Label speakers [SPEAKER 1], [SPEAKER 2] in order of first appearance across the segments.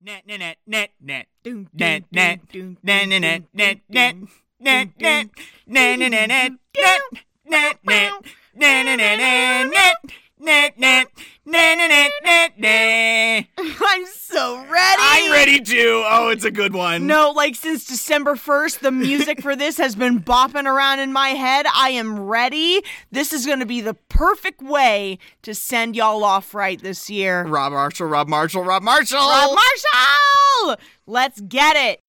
[SPEAKER 1] Net, net, net, net, net.
[SPEAKER 2] Doom,
[SPEAKER 1] Net, net,
[SPEAKER 2] doom,
[SPEAKER 1] Net, net, net, net, net. Net, net, net, net, net, net. Net, net, net, net, net, net. Net, net, net, net, net, net, net.
[SPEAKER 2] I'm so ready.
[SPEAKER 3] I'm ready too. Oh, it's a good one.
[SPEAKER 2] No, like since December 1st, the music for this has been bopping around in my head. I am ready. This is going to be the perfect way to send y'all off right this year.
[SPEAKER 3] Rob Marshall, Rob Marshall, Rob Marshall.
[SPEAKER 2] Rob Marshall! Let's get it.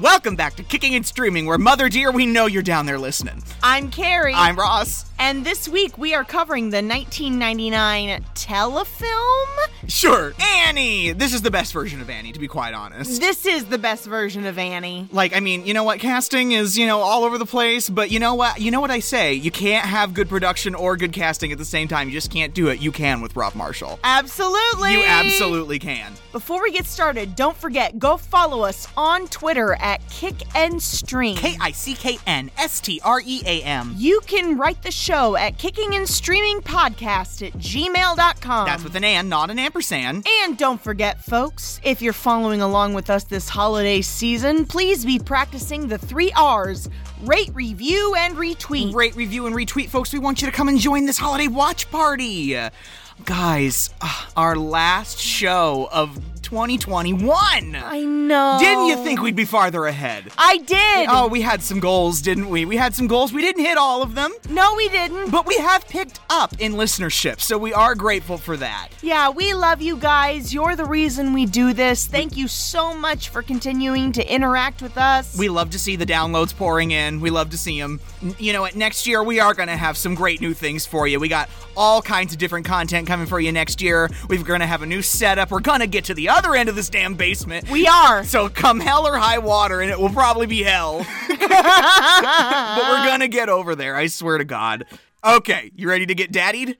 [SPEAKER 3] Welcome back to Kicking and Streaming, where Mother Dear, we know you're down there listening.
[SPEAKER 2] I'm Carrie.
[SPEAKER 3] I'm Ross.
[SPEAKER 2] and this week we are covering the 1999 telefilm.
[SPEAKER 3] Sure, Annie. This is the best version of Annie, to be quite honest.
[SPEAKER 2] This is the best version of Annie.
[SPEAKER 3] Like, I mean, you know what? Casting is, you know, all over the place, but you know what? You know what I say? You can't have good production or good casting at the same time. You just can't do it. You can with Rob Marshall.
[SPEAKER 2] Absolutely.
[SPEAKER 3] You absolutely can.
[SPEAKER 2] Before we get started, don't forget go follow us on Twitter at Kick and Stream.
[SPEAKER 1] K I C K N S T R E A M.
[SPEAKER 2] you can write the show at kicking and streaming podcast at gmail.com.
[SPEAKER 3] That's with an and, not an ampersand.
[SPEAKER 2] and don't forget, folks, if you're following along with us this holiday season, please be practicing the three R's rate, review, and retweet.
[SPEAKER 3] rate, review, and retweet, folks. We want you to come and join this holiday watch party. Guys, uh, our last show of 2021.
[SPEAKER 2] I know.
[SPEAKER 3] Didn't you think we'd be farther ahead?
[SPEAKER 2] I did.
[SPEAKER 3] Oh, we had some goals, didn't we? We had some goals. We didn't hit all of them,
[SPEAKER 2] No, we didn't.
[SPEAKER 3] but we have picked up in listenership, so we are grateful for that.
[SPEAKER 2] Yeah, we love you guys. You're the reason we do this. Thank you so much for continuing to interact with us.
[SPEAKER 3] We love to see the downloads pouring in. We love to see them. You know what? Next year, we are going to have some great new things for you. We got all kinds of different content coming for you next year. We're going to have a new setup. We're going to get to the other end of this damn basement.
[SPEAKER 2] we are.
[SPEAKER 3] so come hell or high water, and it will probably be hell. but
[SPEAKER 2] Uh.
[SPEAKER 3] we're going to get over there. I swear to God. Okay, you ready to get daddied?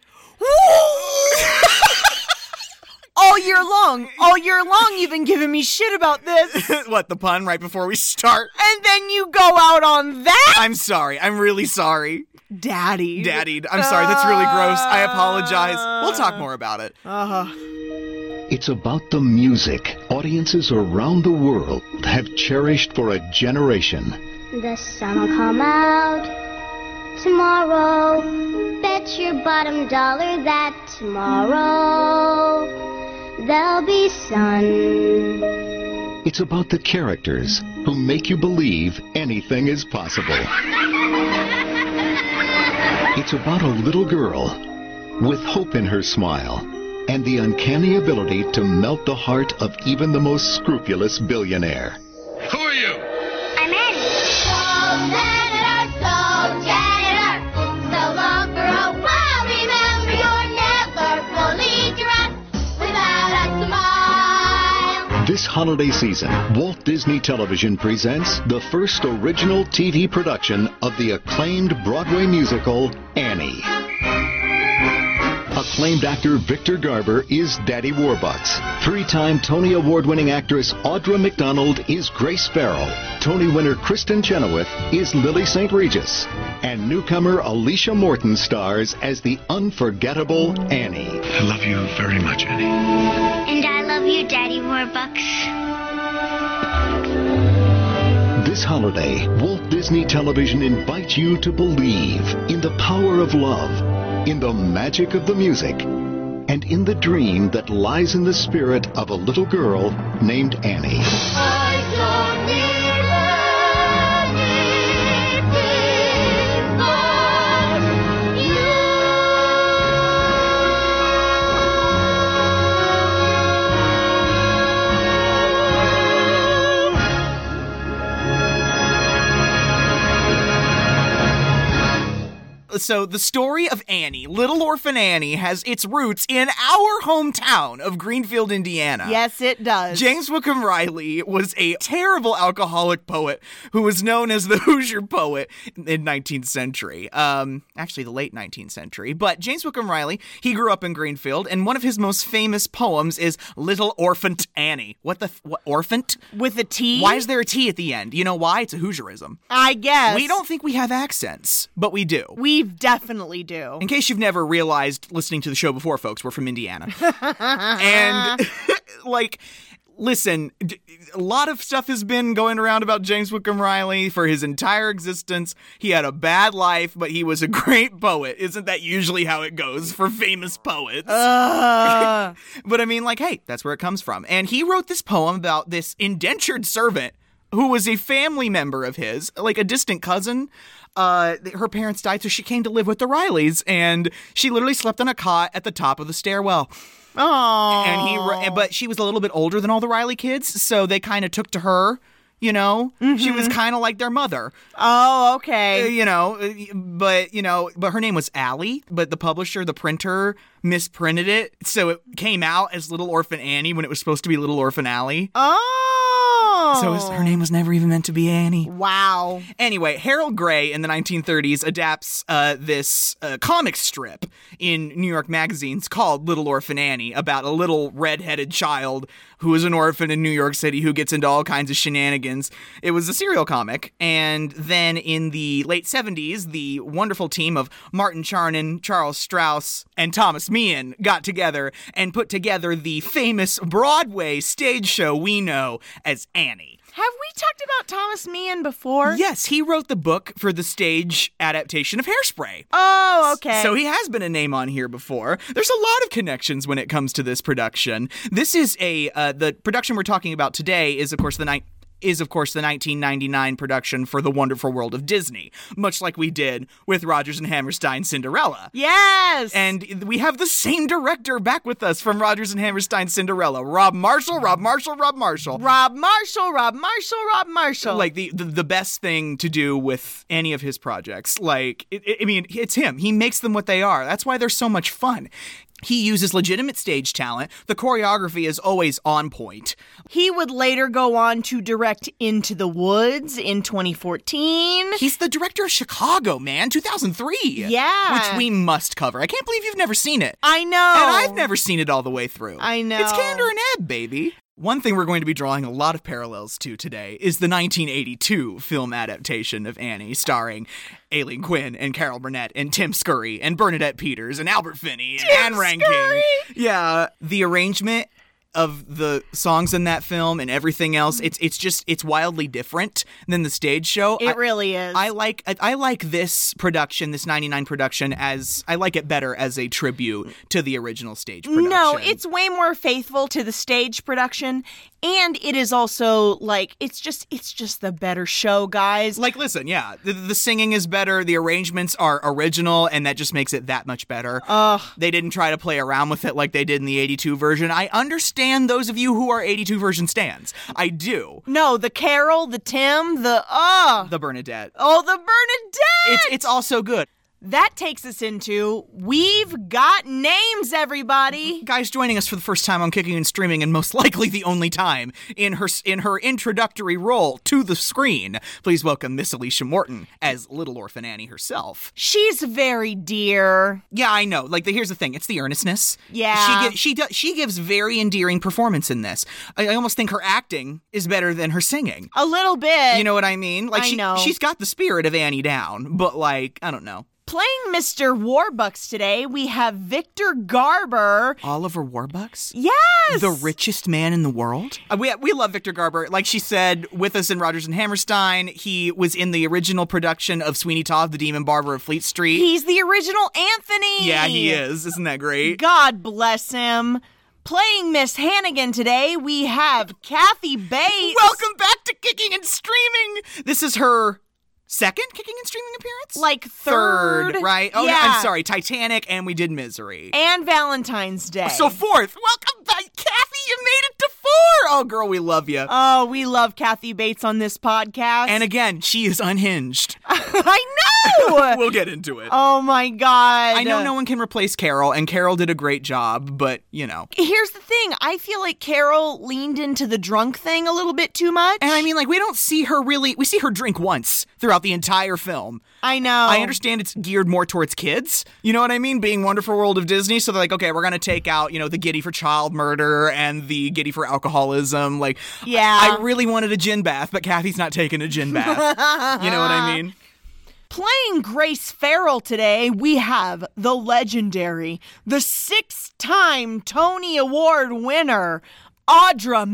[SPEAKER 2] all year long, all year long, you've been giving me shit about this.
[SPEAKER 3] what, the pun right before we start?
[SPEAKER 2] And then you go out on that?
[SPEAKER 3] I'm sorry. I'm really sorry.
[SPEAKER 2] Daddy.
[SPEAKER 3] Daddied. I'm sorry. That's really gross. I apologize. We'll talk more about it.
[SPEAKER 2] Uh-huh.
[SPEAKER 4] It's about the music audiences around the world have cherished for a generation.
[SPEAKER 5] The sun will come out tomorrow. Bet your bottom dollar that tomorrow there'll be sun.
[SPEAKER 4] It's about the characters who make you believe anything is possible. It's about a little girl with hope in her smile and the uncanny ability to melt the heart of even the most scrupulous billionaire.
[SPEAKER 6] Who are you?
[SPEAKER 5] I'm Annie.
[SPEAKER 4] This holiday season, Walt Disney Television presents the first original TV production of the acclaimed Broadway musical, Annie. Acclaimed actor Victor Garber is Daddy Warbucks. Three time Tony Award winning actress Audra McDonald is Grace Farrell. Tony winner Kristen Chenoweth is Lily St. Regis. And newcomer Alicia Morton stars as the unforgettable Annie.
[SPEAKER 6] I love you very much, Annie.
[SPEAKER 5] And I love you, Daddy Warbucks.
[SPEAKER 4] This holiday, Walt Disney Television invites you to believe in the power of love, in the magic of the music, and in the dream that lies in the spirit of a little girl named Annie.
[SPEAKER 3] so the story of Annie, Little Orphan Annie, has its roots in our hometown of Greenfield, Indiana.
[SPEAKER 2] Yes, it does.
[SPEAKER 3] James Wickham Riley was a terrible alcoholic poet who was known as the Hoosier poet in 19th century. Um, actually, the late 19th century. But James Wickham Riley, he grew up in Greenfield, and one of his most famous poems is "Little Orphant Annie." What the f- what orphant?
[SPEAKER 2] with a T.
[SPEAKER 3] Why is there a T at the end? You know why? It's a Hoosierism.
[SPEAKER 2] I guess
[SPEAKER 3] We don't think we have accents, but we do.
[SPEAKER 2] We definitely do.
[SPEAKER 3] In case you've never realized listening to the show before, folks, we're from Indiana. and, like, listen, d- a lot of stuff has been going around about James Wickham Riley for his entire existence. He had a bad life, but he was a great poet. Isn't that usually how it goes for famous poets?
[SPEAKER 2] Uh,
[SPEAKER 3] But I mean, like, hey, that's where it comes from. And he wrote this poem about this indentured servant who was a family member of his, like a distant cousin. Uh, th- her parents died, so she came to live with the Rileys, and she literally slept on a cot at the top of the stairwell.
[SPEAKER 2] oh,
[SPEAKER 3] And he, wr- but she was a little bit older than all the Riley kids, so they kind of took to her. You know, she was kind of like their mother
[SPEAKER 2] oh,
[SPEAKER 3] uh,
[SPEAKER 2] okay.
[SPEAKER 3] you know, uh, but you know, but her name was Allie, but the publisher, the printer, misprinted it, so it came out as Little Orphan Annie when it was supposed to be Little Orphan Allie.
[SPEAKER 2] Oh,
[SPEAKER 3] So it's- her name was never even meant to be Annie.
[SPEAKER 2] Wow.
[SPEAKER 3] Anyway, Harold Gray in the 1930s adapts uh, this uh, comic strip in New York magazines called Little Orphan Annie about a little redheaded child who is an orphan in New York City who gets into all kinds of shenanigans. It was a serial comic. And then in the late 70s, the wonderful team of Martin Charnin, Charles Strauss, and Thomas Meehan got together and put together the famous Broadway stage show we know as Annie.
[SPEAKER 2] Have we talked about Thomas Meehan before?
[SPEAKER 3] Yes, he wrote the book for the stage adaptation of Hairspray.
[SPEAKER 2] Oh, okay.
[SPEAKER 3] So he has been a name on here before. There's a lot of connections when it comes to this production. This is a uh, the production we're talking about today is of course the night is of course the 1999 production for The Wonderful World of Disney, much like we did with Rogers and Hammerstein Cinderella.
[SPEAKER 2] yes.
[SPEAKER 3] And we have the same director back with us from Rogers and Hammerstein Cinderella, Rob Marshall, Rob Marshall, Rob Marshall.
[SPEAKER 2] Rob Marshall, Rob Marshall, Rob Marshall.
[SPEAKER 3] like the, the the best thing to do with any of his projects. Like, it, it- I mean, it's him. He makes them what they are. That's why they're so much fun. He uses legitimate stage talent. The choreography is always on point.
[SPEAKER 2] he would later go on to direct Into the Woods in 2014.
[SPEAKER 3] He's the director of Chicago, man, 2003.
[SPEAKER 2] Yeah.
[SPEAKER 3] Which we must cover. I can't believe you've never seen it.
[SPEAKER 2] I know.
[SPEAKER 3] And I've never seen it all the way through.
[SPEAKER 2] I know.
[SPEAKER 3] It's Candor and Ebb, baby. One thing we're going to be drawing a lot of parallels to today is the 1982 film adaptation of Annie, starring Aileen Quinn and Carol Burnett and Tim Scurry and Bernadette Peters and Albert Finney and Anne Rankin. Yeah, the arrangement of the songs in that film and everything else,
[SPEAKER 2] Mm.
[SPEAKER 3] it's it's just it's wildly different than the stage show.
[SPEAKER 2] It
[SPEAKER 3] I-
[SPEAKER 2] really is.
[SPEAKER 3] I like I- I like this production, this '99 production, as I like it better as a tribute to the original stage production.
[SPEAKER 2] No, it's way more faithful to the stage production and it is also like it's just it's just the better show, guys.
[SPEAKER 3] like listen, yeah, the, the singing is better, the arrangements are original, and that just makes it that much better. Ugh. They didn't try to play around with it like they did in the '82 version. I understand those of you who are '82 version stands. I do.
[SPEAKER 2] no, the Carol, the Tim, the uh
[SPEAKER 3] The Bernadette.
[SPEAKER 2] Oh, the Bernadette!
[SPEAKER 3] It's it's also good.
[SPEAKER 2] that takes us into We've Got Names, everybody!
[SPEAKER 3] guys joining us for the first time on kicking and streaming and most likely the only time in her in her introductory role to the screen please welcome miss alicia morton as little orphan annie herself
[SPEAKER 2] She's very dear.
[SPEAKER 3] yeah i know like the, here's the thing it's the earnestness
[SPEAKER 2] Yeah.
[SPEAKER 3] she gi- she does she gives very endearing performance in this I, I almost think her acting is better than her singing
[SPEAKER 2] A little bit.
[SPEAKER 3] you know what i mean like
[SPEAKER 2] I
[SPEAKER 3] she,
[SPEAKER 2] know.
[SPEAKER 3] she's got the spirit of annie down but like i don't know
[SPEAKER 2] playing Mr. Warbucks today, we have Victor Garber.
[SPEAKER 3] oliver warbucks
[SPEAKER 2] Yes!
[SPEAKER 3] the richest man in the world. Uh, We we love Victor Garber. Like she said, with us in Rogers and Hammerstein, he was in the original production of Sweeney Todd, The Demon Barber of Fleet Street.
[SPEAKER 2] He's the original Anthony!
[SPEAKER 3] yeah, he is. Isn't that great?
[SPEAKER 2] God bless him. Playing Miss Hannigan today, we have Kathy Bates.
[SPEAKER 3] Welcome back to Kicking and Streaming. This is her second Kicking and Streaming appearance.
[SPEAKER 2] Like third,
[SPEAKER 3] right? Oh, no,
[SPEAKER 2] Yeah.
[SPEAKER 3] I'm sorry. Titanic, and we did Misery.
[SPEAKER 2] And Valentine's Day.
[SPEAKER 3] so fourth. Welcome back, Kathy. You made it to four. Oh, girl, we love you.
[SPEAKER 2] Oh, we love Kathy Bates on this podcast.
[SPEAKER 3] and again, she is unhinged.
[SPEAKER 2] I know.
[SPEAKER 3] we'll get into it.
[SPEAKER 2] oh my god.
[SPEAKER 3] I know no one can replace Carol, and Carol did a great job, but you know.
[SPEAKER 2] Here's the thing. I feel like Carol leaned into the drunk thing a little bit too much.
[SPEAKER 3] And I mean, like, we don't see her really, we see her drink once throughout the entire film.
[SPEAKER 2] I know.
[SPEAKER 3] I understand it's geared more towards kids. You know what I mean? Being Wonderful World of Disney. So they're like, okay, we're going to take out, you know, the giddy for child murder and the giddy for alcoholism. Like,
[SPEAKER 2] Yeah.
[SPEAKER 3] I, I really wanted a gin bath, but Kathy's not taking a gin bath. you know what I mean?
[SPEAKER 2] Playing Grace Farrell today, we have the legendary, the six time Tony Award winner, Audra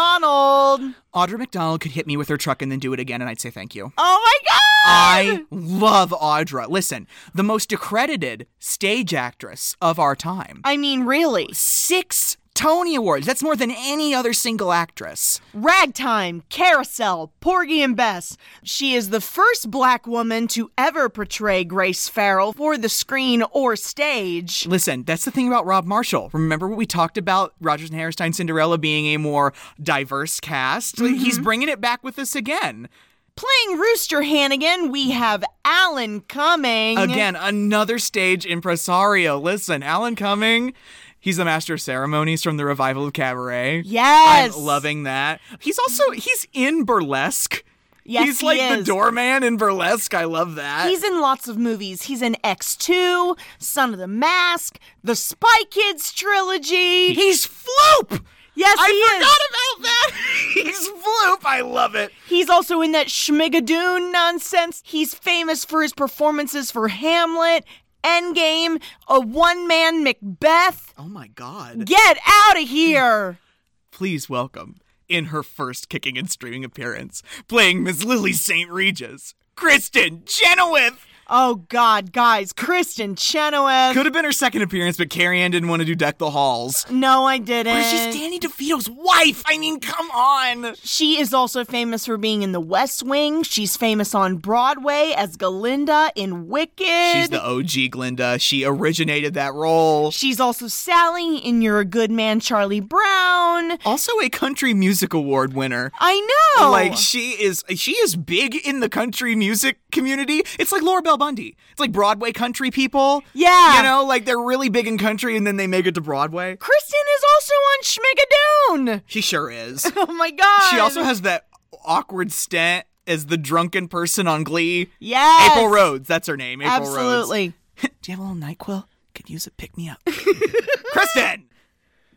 [SPEAKER 2] McDonald.
[SPEAKER 3] Audra McDonald could hit me with her truck and then do it again, and I'd say thank you.
[SPEAKER 2] Oh my God!
[SPEAKER 3] I love Audra. Listen, the most accredited stage actress of our time.
[SPEAKER 2] I mean, really.
[SPEAKER 3] Six Tony Awards. That's more than any other single actress.
[SPEAKER 2] Ragtime, Carousel, Porgy and Bess. She is the first black woman to ever portray Grace Farrell for the screen or stage.
[SPEAKER 3] Listen, that's the thing about Rob Marshall. Remember what we talked about Rogers and Hammerstein Cinderella being a more diverse cast? Like,
[SPEAKER 2] Mm-hmm.
[SPEAKER 3] He's bringing it back with us again.
[SPEAKER 2] Playing Rooster Hannigan, we have Alan Cumming.
[SPEAKER 3] Again, another stage impresario. Listen, Alan Cumming, he's the master of ceremonies from the revival of Cabaret.
[SPEAKER 2] Yes.
[SPEAKER 3] I'm loving that. He's also he's in burlesque.
[SPEAKER 2] Yes,
[SPEAKER 3] he's
[SPEAKER 2] he
[SPEAKER 3] like the
[SPEAKER 2] is.
[SPEAKER 3] doorman in burlesque. I love that.
[SPEAKER 2] He's in lots of movies. He's in X2, Son of the Mask, the Spy Kids trilogy.
[SPEAKER 3] he's Floop.
[SPEAKER 2] yes,
[SPEAKER 3] I
[SPEAKER 2] he
[SPEAKER 3] forgot
[SPEAKER 2] is.
[SPEAKER 3] about that. he's Floop. I love it.
[SPEAKER 2] He's also in that Schmigadoon nonsense. He's famous for his performances for Hamlet, Endgame, a one-man Macbeth.
[SPEAKER 3] Oh my god.
[SPEAKER 2] Get out of here.
[SPEAKER 3] Please welcome in her first kicking and streaming appearance, playing Miss Lily St. Regis, Kristen Chenoweth.
[SPEAKER 2] Oh God, guys, Kristen Chenoweth.
[SPEAKER 3] Could have been her second appearance, but Carrie Ann didn't want to do Deck the Halls.
[SPEAKER 2] no, I didn't.
[SPEAKER 3] Or she's Danny DeVito's wife. I mean, come on.
[SPEAKER 2] She is also famous for being in The West Wing. She's famous on Broadway as Galinda in Wicked.
[SPEAKER 3] She's the OG Glinda. She originated that role.
[SPEAKER 2] She's also Sally in You're a Good Man, Charlie Brown.
[SPEAKER 3] Also a country music award winner.
[SPEAKER 2] I know.
[SPEAKER 3] Like she is she is big in the country music community. It's like Laura Bell Bundy. It's like Broadway country people.
[SPEAKER 2] Yeah.
[SPEAKER 3] You know, like they're really big in country and then they make it to Broadway.
[SPEAKER 2] Kristen is also on Schmigadoon.
[SPEAKER 3] She sure is.
[SPEAKER 2] Oh my God.
[SPEAKER 3] she also has that awkward stint as the drunken person on Glee.
[SPEAKER 2] Yes.
[SPEAKER 3] April Rhodes, that's her name. April Rhodes.
[SPEAKER 2] Absolutely.
[SPEAKER 3] Do you have a little NyQuil? Could use a pick me up. Kristen!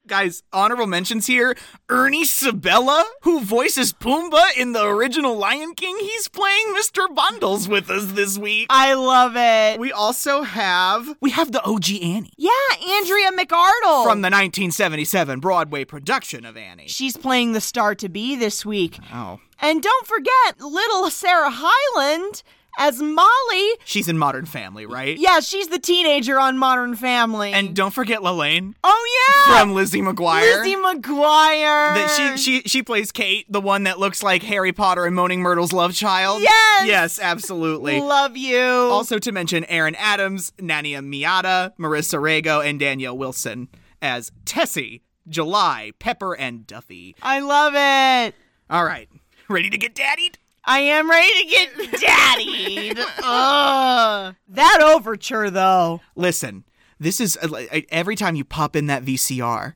[SPEAKER 3] Guys, honorable mentions here. Ernie Sabella, who voices Pumbaa in the original Lion King, he's playing Mr. Bundles with us this week.
[SPEAKER 2] I love it.
[SPEAKER 3] We also have we have the OG Annie
[SPEAKER 2] yeah, Andrea McArdle.
[SPEAKER 3] from the 1977 Broadway production of Annie.
[SPEAKER 2] She's playing the star to be this week.
[SPEAKER 3] Oh,
[SPEAKER 2] And don't forget little Sarah Hyland as Molly.
[SPEAKER 3] she's in Modern Family, right?
[SPEAKER 2] Yeah, she's the teenager on Modern Family.
[SPEAKER 3] And don't forget Lalaine
[SPEAKER 2] oh yeah,
[SPEAKER 3] from Lizzie McGuire.
[SPEAKER 2] Lizzie McGuire.
[SPEAKER 3] That she she she plays Kate, the one that looks like Harry Potter and Moaning Myrtle's love child.
[SPEAKER 2] Yes!
[SPEAKER 3] Yes, absolutely.
[SPEAKER 2] love you.
[SPEAKER 3] also to mention Aaron Adams, Nania Miata, Marissa Rago, and Danielle Wilson as Tessie, July, Pepper, and Duffy.
[SPEAKER 2] I love it.
[SPEAKER 3] All right. Ready to get daddied?
[SPEAKER 2] I am ready to get daddied. Ugh. That overture, though.
[SPEAKER 3] Listen, this is uh, like, every time you pop in that VCR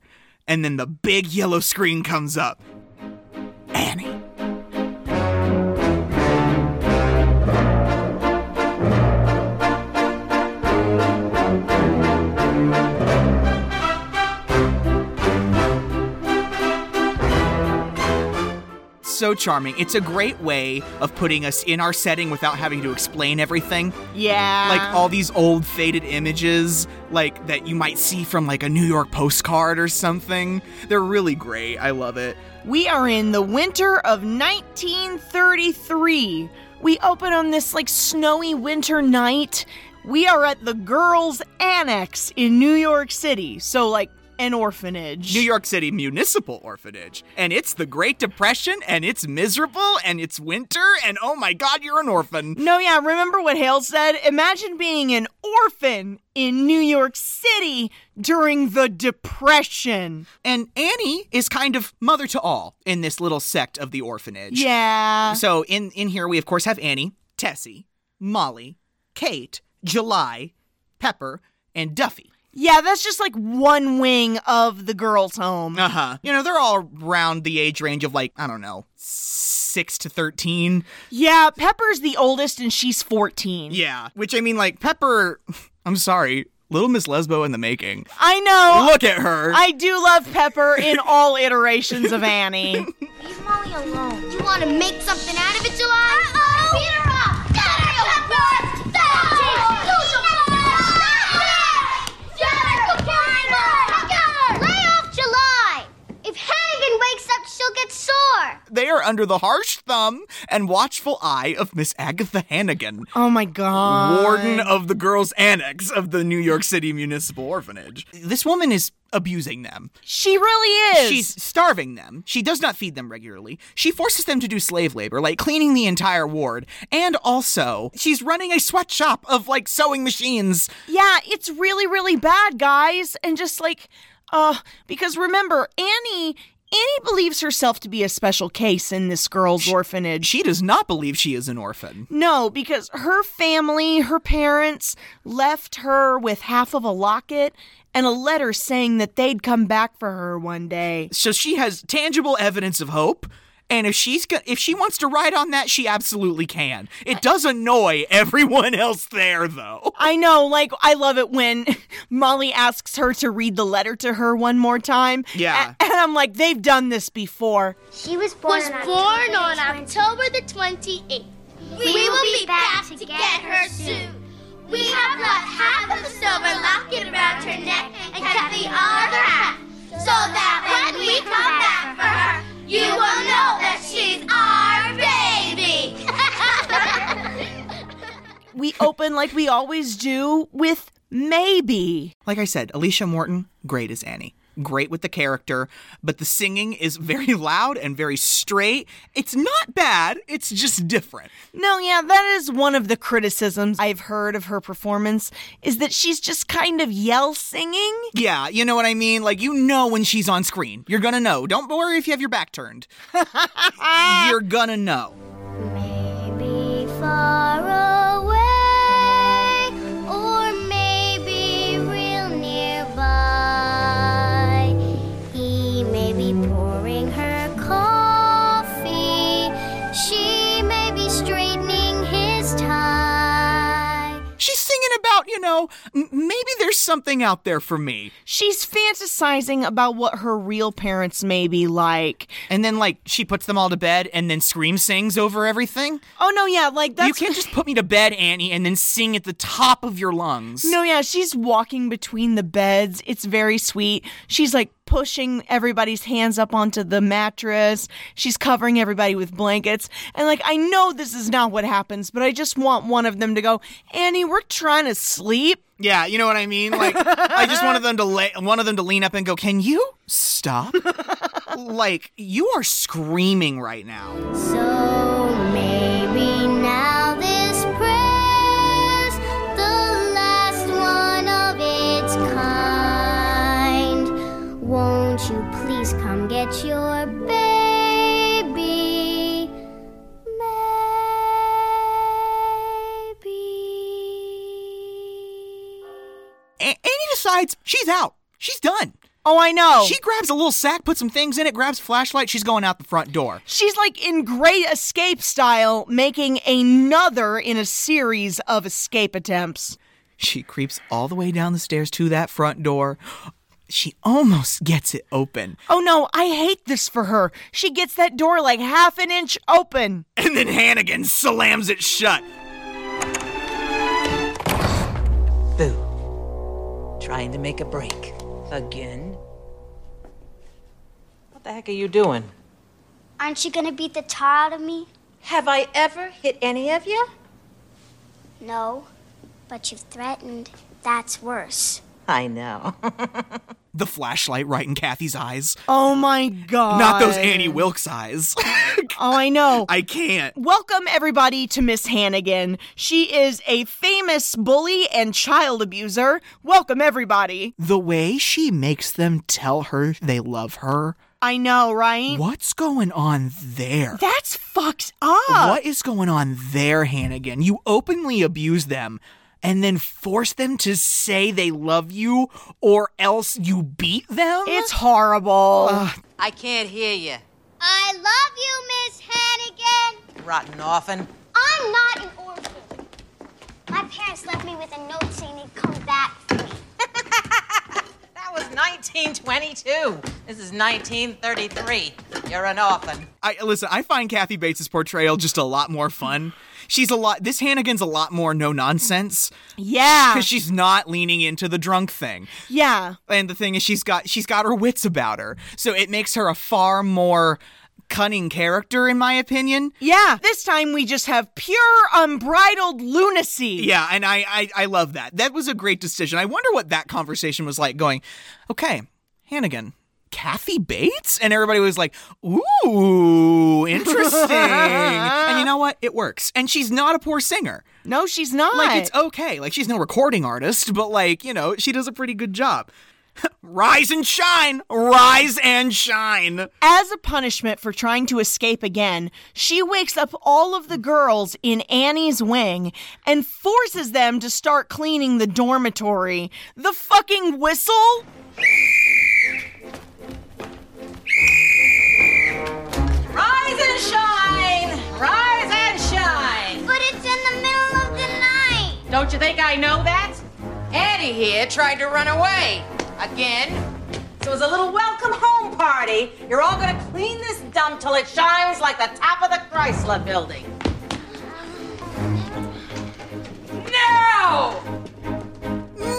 [SPEAKER 3] and then the big yellow screen comes up. Annie. So charming. It's a great way of putting us in our setting without having to explain everything
[SPEAKER 2] Yeah.
[SPEAKER 3] like all these old faded images like that you might see from like a New York postcard or something. They're really great. I love it.
[SPEAKER 2] We are in the winter of 1933. We open on this like snowy winter night. We are at the girls' annex in New York City. So, like, an orphanage.
[SPEAKER 3] New York City Municipal Orphanage. And it's the Great Depression, and it's miserable, and it's winter, and oh my god, you're an orphan.
[SPEAKER 2] No, yeah, remember what Hale said? Imagine being an orphan in New York City during the Depression.
[SPEAKER 3] And Annie is kind of mother to all in this little sect of the orphanage.
[SPEAKER 2] Yeah.
[SPEAKER 3] So in, in here, we of course have Annie, Tessie, Molly, Kate, July, Pepper, and Duffy.
[SPEAKER 2] Yeah, that's just like one wing of the girls' home.
[SPEAKER 3] Uh huh. You know, they're all around the age range of like, I don't know, six to 13.
[SPEAKER 2] Yeah, Uh, Pepper's the oldest and she's 14.
[SPEAKER 3] Yeah. Which I mean, like, Pepper, I'm sorry, Little Miss Lesbo in the making.
[SPEAKER 2] I know.
[SPEAKER 3] Look at her.
[SPEAKER 2] I do love Pepper in all iterations of Annie.
[SPEAKER 5] Leave Molly alone. You want to make something out of it, July? Uh-oh! Beat her up! Get her, you whore! Stop! Lose your mind! Stop it! Get her, Get her! Lay off July! If Hagen wakes up, she'll get sore.
[SPEAKER 3] they are under the harsh thumb and watchful eye of Miss Agatha Hannigan,
[SPEAKER 2] Oh my god.
[SPEAKER 3] warden of the girls' annex of the New York City Municipal Orphanage. This woman is abusing them.
[SPEAKER 2] She really is.
[SPEAKER 3] She's starving them. She does not feed them regularly. She forces them to do slave labor, like cleaning the entire ward. And also, she's running a sweatshop of like sewing machines.
[SPEAKER 2] Yeah, it's really, really bad, guys. And just like, uh, because remember, Annie, Annie believes herself to be a special case in this girl's orphanage.
[SPEAKER 3] She does not believe she is an orphan.
[SPEAKER 2] no, because her family, her parents, left her with half of a locket and a letter saying that they'd come back for her one day.
[SPEAKER 3] So she has tangible evidence of hope. And if she's go- if she wants to ride on that, she absolutely can. It does annoy everyone else there, though.
[SPEAKER 2] I know, like, I love it when Molly asks her to read the letter to her one more time.
[SPEAKER 3] Yeah.
[SPEAKER 2] A- And I'm like, they've done this before.
[SPEAKER 5] She was born,
[SPEAKER 7] was born on October the 28th.
[SPEAKER 5] We, will be back, to get her soon. We have left half of the silver locket around her neck and kept the other half so that when we come back for her, you will know that she's our baby.
[SPEAKER 2] we open like we always do with maybe.
[SPEAKER 3] Like I said, Alicia Morton, great as Annie. Great with the character, but the singing is very loud and very straight. It's not bad, it's just different.
[SPEAKER 2] No, yeah, that is one of the criticisms I've heard of her performance is that she's just kind of yell singing.
[SPEAKER 3] Yeah, you know what I mean? Like, you know when she's on screen. You're gonna know. Don't worry if you have your back turned. You're gonna know.
[SPEAKER 5] Maybe far away, or maybe real nearby. He may be pouring her coffee, she may be straightening his tie.
[SPEAKER 3] She's singing about, you know, m- maybe there's something out there for me.
[SPEAKER 2] She's fantasizing about what her real parents may be like.
[SPEAKER 3] And then, like, she puts them all to bed and then Scream sings over everything.
[SPEAKER 2] Oh no, yeah, like that's
[SPEAKER 3] you can't just put me to bed, Annie, and then sing at the top of your lungs.
[SPEAKER 2] No, yeah, she's walking between the beds. It's very sweet. She's like pushing everybody's hands up onto the mattress. She's covering everybody with blankets. And like, I know this is not what happens, but I just want one of them to go, Annie, we're trying to sleep.
[SPEAKER 3] Yeah, you know what I mean? Like, I just wanted them to lay, one of them to lean up and go, Can you stop? like, you are screaming right now.
[SPEAKER 5] So maybe now this prayer's the last one of its kind. Won't you please come get your baby? Maybe.
[SPEAKER 3] A- Annie decides she's out. She's done.
[SPEAKER 2] Oh, I know.
[SPEAKER 3] She grabs a little sack, puts some things in it, grabs a flashlight. She's going out the front door.
[SPEAKER 2] She's like in great escape style, making another in a series of escape attempts.
[SPEAKER 3] She creeps all the way down the stairs to that front door. She almost gets it open.
[SPEAKER 2] Oh no, I hate this for her. She gets that door like half an inch open.
[SPEAKER 3] And then Hannigan slams it shut.
[SPEAKER 8] Boo. Trying to make a break. Again? What the heck are you doing?
[SPEAKER 5] Aren't you gonna beat the tar out of me?
[SPEAKER 7] Have I ever hit any of you?
[SPEAKER 5] No, but you've threatened. That's worse.
[SPEAKER 8] I know.
[SPEAKER 3] the flashlight right in Kathy's eyes.
[SPEAKER 2] Oh my god.
[SPEAKER 3] Not those Annie Wilkes eyes.
[SPEAKER 2] Oh, I know.
[SPEAKER 3] I can't.
[SPEAKER 2] Welcome, everybody, to Miss Hannigan. She is a famous bully and child abuser. Welcome, everybody.
[SPEAKER 3] The way she makes them tell her they love her.
[SPEAKER 2] I know, right?
[SPEAKER 3] What's going on there?
[SPEAKER 2] That's fucked up.
[SPEAKER 3] what is going on there, Hannigan? You openly abuse them and then force them to say they love you or else you beat them?
[SPEAKER 2] It's horrible.
[SPEAKER 8] I can't hear you,
[SPEAKER 5] I love you, Miss Hannigan.
[SPEAKER 8] rotten orphan.
[SPEAKER 5] I'm not an orphan. My parents left me with a note saying they'd come back for me.
[SPEAKER 8] That was 1922. This is 1933. You're an orphan.
[SPEAKER 3] I listen, I find Kathy Bates' portrayal just a lot more fun. She's a lot this Hannigan's a lot more no nonsense
[SPEAKER 2] yeah.
[SPEAKER 3] cuz she's not leaning into the drunk thing.
[SPEAKER 2] yeah.
[SPEAKER 3] And the thing is she's got she's got her wits about her. So it makes her a far more cunning character in my opinion.
[SPEAKER 2] Yeah. This time we just have pure unbridled lunacy.
[SPEAKER 3] Yeah, and I, I I love that. That was a great decision. I wonder what that conversation was like going, okay, Hannigan, Kathy Bates? And everybody was like, ooh, interesting. and you know what? It works. And she's not a poor singer.
[SPEAKER 2] No, she's not.
[SPEAKER 3] Like, it's okay. Like, she's no recording artist, but like, you know, she does a pretty good job. Rise and shine! Rise and shine!
[SPEAKER 2] As a punishment for trying to escape again, she wakes up all of the girls in Annie's wing and forces them to start cleaning the dormitory. The fucking whistle?
[SPEAKER 8] Rise and shine! Rise and shine!
[SPEAKER 5] But it's in the middle of the night.
[SPEAKER 8] Don't you think I know that? Annie here tried to run away. Again. So it's a little welcome home party. You're all gonna clean this dump till it shines like the top of the Chrysler building. No!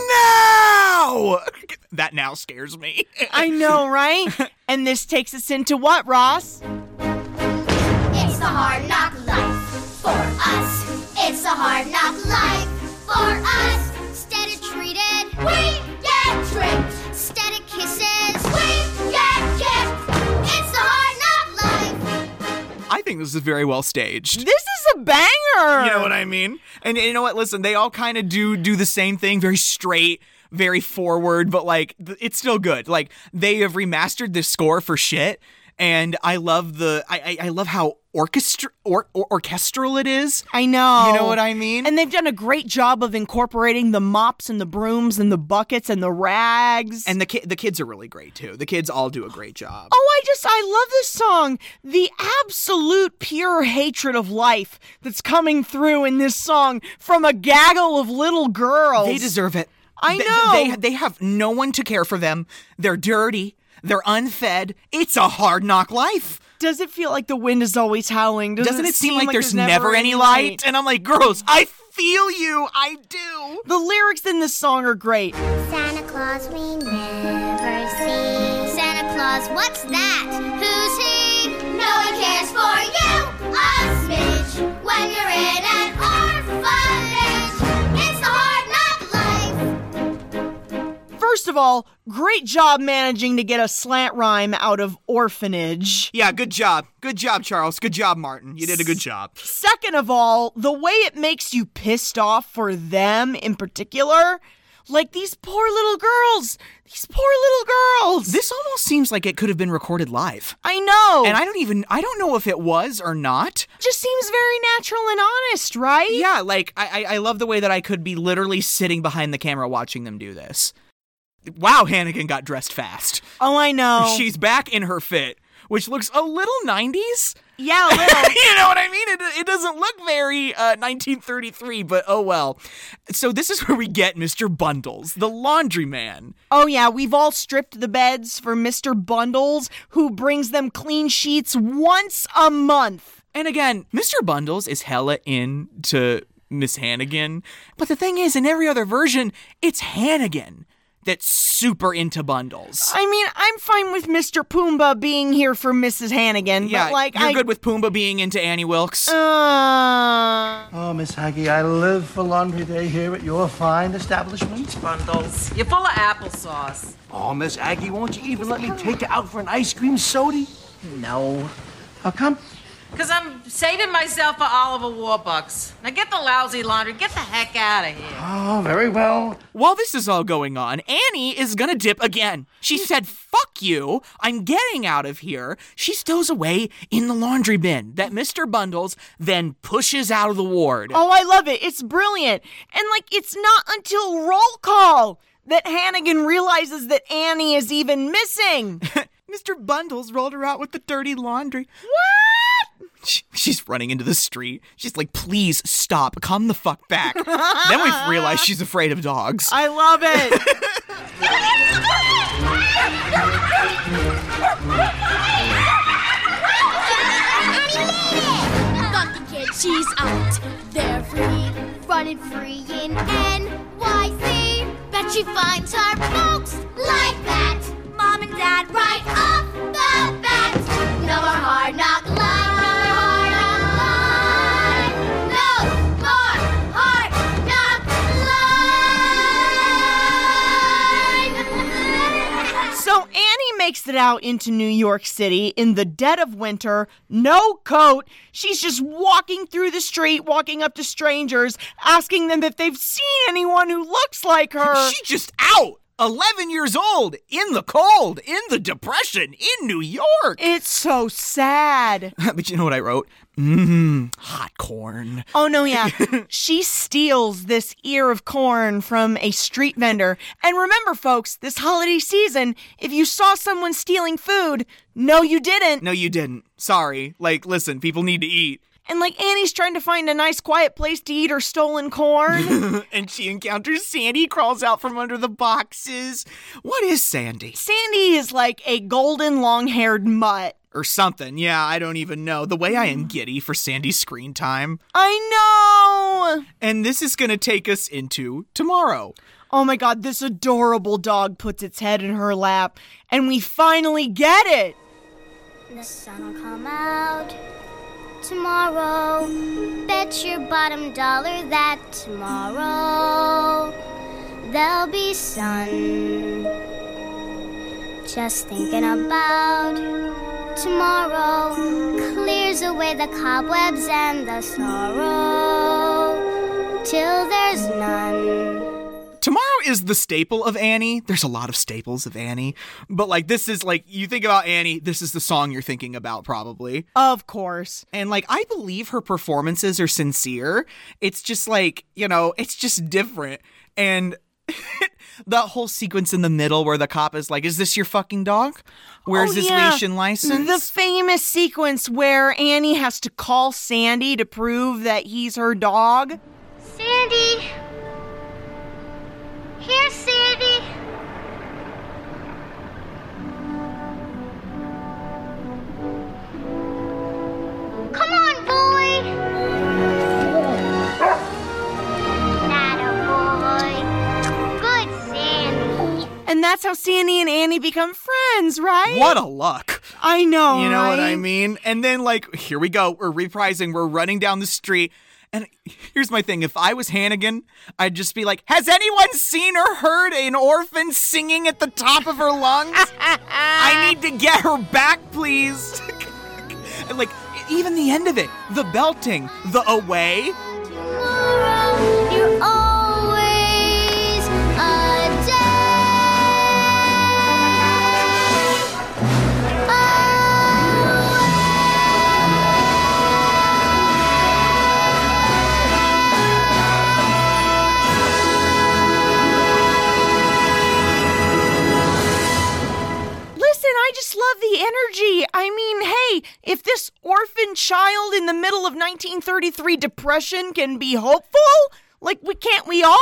[SPEAKER 3] Now! That now scares me.
[SPEAKER 2] I know, right? and this takes us into what, Ross?
[SPEAKER 5] It's the hard knock life for us. It's the hard knock life for us. Instead of treated, we get tricked. Instead of kisses, we get kicked. It's the hard knock life.
[SPEAKER 3] I think this is very well staged.
[SPEAKER 2] This is a banger!
[SPEAKER 3] You know what I mean? And, and you know what? Listen, they all kind of do do the same thing, very straight, very forward, but like th- it's still good. Like they have remastered this score for shit, and I love the I I, I love how orchestra or, or- orchestral it is.
[SPEAKER 2] I know.
[SPEAKER 3] You know what I mean?
[SPEAKER 2] And they've done a great job of incorporating the mops and the brooms and the buckets and the rags.
[SPEAKER 3] And the ki- the kids are really great too. The kids all do a great job.
[SPEAKER 2] Oh, I just, I love this song. The absolute pure hatred of life that's coming through in this song from a gaggle of little girls.
[SPEAKER 3] They deserve it.
[SPEAKER 2] I
[SPEAKER 3] They-
[SPEAKER 2] know.
[SPEAKER 3] They, they have no one to care for them. They're dirty. They're unfed. It's a hard knock life.
[SPEAKER 2] Does it feel like the wind is always howling? Doesn't,
[SPEAKER 3] doesn't it seem like, there's, never, any light? And I'm like, girls, I feel you. I do.
[SPEAKER 2] The lyrics in this song are great.
[SPEAKER 5] Santa Claus we never see. Santa Claus, what's that? Who's he? No one cares for you a smidge when you're in an orphanage. It's the hard knock life.
[SPEAKER 2] First of all, great job managing to get a slant rhyme out of orphanage.
[SPEAKER 3] Yeah, good job. Good job, Charles. Good job, Martin. You did a good job.
[SPEAKER 2] Second of all, the way it makes you pissed off for them in particular. Like these poor little girls. These poor little girls.
[SPEAKER 3] This almost seems like it could have been recorded live.
[SPEAKER 2] I know.
[SPEAKER 3] And I don't even I don't know if it was or not.
[SPEAKER 2] just seems very natural and honest, right?
[SPEAKER 3] Yeah, like I I, I love the way that I could be literally sitting behind the camera watching them do this. Wow, Hannigan got dressed fast.
[SPEAKER 2] Oh, I know.
[SPEAKER 3] She's back in her fit, which looks a little 90s.
[SPEAKER 2] yeah, a little.
[SPEAKER 3] you know what I mean? It, it doesn't look very uh, 1933, but oh well. So this is where we get Mr. Bundles, the laundry man.
[SPEAKER 2] oh yeah, we've all stripped the beds for Mr. Bundles, who brings them clean sheets once a month.
[SPEAKER 3] And again, Mr. Bundles is hella into Miss Hannigan. But the thing is, in every other version, it's Hannigan. that's super into bundles.
[SPEAKER 2] I mean, I'm fine with Mr. Pumbaa being here for Mrs. Hannigan,
[SPEAKER 3] yeah,
[SPEAKER 2] but like,
[SPEAKER 3] you're
[SPEAKER 2] I
[SPEAKER 3] good with Pumbaa being into Annie Wilkes.
[SPEAKER 2] uh,
[SPEAKER 9] Oh, Miss Haggie, I live for laundry day here at your fine establishment.
[SPEAKER 8] Bundles. You're full of applesauce.
[SPEAKER 9] Oh, Miss Aggie, won't you even let me take you out for an ice cream soda? No. How come?
[SPEAKER 8] Because I'm saving myself for Oliver Warbucks. Now get the lousy laundry. Get the heck out of here.
[SPEAKER 9] Oh, very well.
[SPEAKER 3] While this is all going on, Annie is gonna dip again. She said, Fuck you, I'm getting out of here. She stows away in the laundry bin that Mr. Bundles then pushes out of the ward.
[SPEAKER 2] oh, I love it. It's brilliant. And like, it's not until roll call that Hannigan realizes that Annie is even missing.
[SPEAKER 3] Mr. Bundles rolled her out with the dirty laundry. What? She, she's running into the street. She's like, Please stop, come the fuck back. then we realize she's afraid of dogs.
[SPEAKER 2] I love it.
[SPEAKER 5] Fucking kid, she's out. They're free, running free in NYC. Bet she finds her folks like that. Mom and dad right off the bat. No more hard knock life. No more hard knock life. No more hard knock life.
[SPEAKER 2] So Annie makes it out into New York City in the dead of winter, no coat. She's just walking through the street, walking up to strangers, asking them if they've seen anyone who looks like her.
[SPEAKER 3] She just out! 11 years old, in the cold, in the depression, in New York!
[SPEAKER 2] it's so sad.
[SPEAKER 3] but you know what I wrote? Mmm, hot corn.
[SPEAKER 2] Oh no, yeah. she steals this ear of corn from a street vendor. And remember folks, this holiday season, if you saw someone stealing food, no you didn't.
[SPEAKER 3] No, you didn't. Sorry. Like, listen, people need to eat.
[SPEAKER 2] And like Annie's trying to find a nice quiet place to eat her stolen corn.
[SPEAKER 3] And she encounters Sandy, crawls out from under the boxes. What is Sandy?
[SPEAKER 2] Sandy is like a golden long haired mutt.
[SPEAKER 3] Or something. Yeah, I don't even know. The way I am giddy for Sandy's screen time.
[SPEAKER 2] I know!
[SPEAKER 3] And this is going to take us into tomorrow.
[SPEAKER 2] Oh my god, this adorable dog puts its head in her lap, and we finally get it!
[SPEAKER 5] The sun'll come out tomorrow. Bet your bottom dollar that tomorrow there'll be sun. Just thinking about tomorrow clears away the cobwebs and the sorrow till there's none.
[SPEAKER 3] Tomorrow is the staple of Annie. There's a lot of staples of Annie. But, like, this is like, you think about Annie, this is the song you're thinking about, probably.
[SPEAKER 2] Of course.
[SPEAKER 3] And like, I believe her performances are sincere. It's just like, you know, it's just different. And that whole sequence in the middle where the cop is like, Is this your fucking dog? Where's
[SPEAKER 2] Oh,
[SPEAKER 3] this
[SPEAKER 2] yeah.
[SPEAKER 3] leash and license?
[SPEAKER 2] The famous sequence where Annie has to call Sandy to prove that he's her dog.
[SPEAKER 5] Sandy! Here, Sandy! Come on, boy! That a boy. Good, Sandy.
[SPEAKER 2] And that's how Sandy and Annie become friends, right?
[SPEAKER 3] what a luck.
[SPEAKER 2] I know.
[SPEAKER 3] You know what I
[SPEAKER 2] right?
[SPEAKER 3] mean? And then, like, here we go. We're reprising. We're running down the street. And here's my thing if I was Hannigan, I'd just be like, Has anyone seen or heard an orphan singing at the top of her lungs? I need to get her back, please. and, like, even the end of it the belting, the away.
[SPEAKER 5] Tomorrow, you're always a day. Away.
[SPEAKER 2] Listen, I just love the energy. I mean, hey, if this orphan child in the middle of 1933 depression can be hopeful, like we can't we all?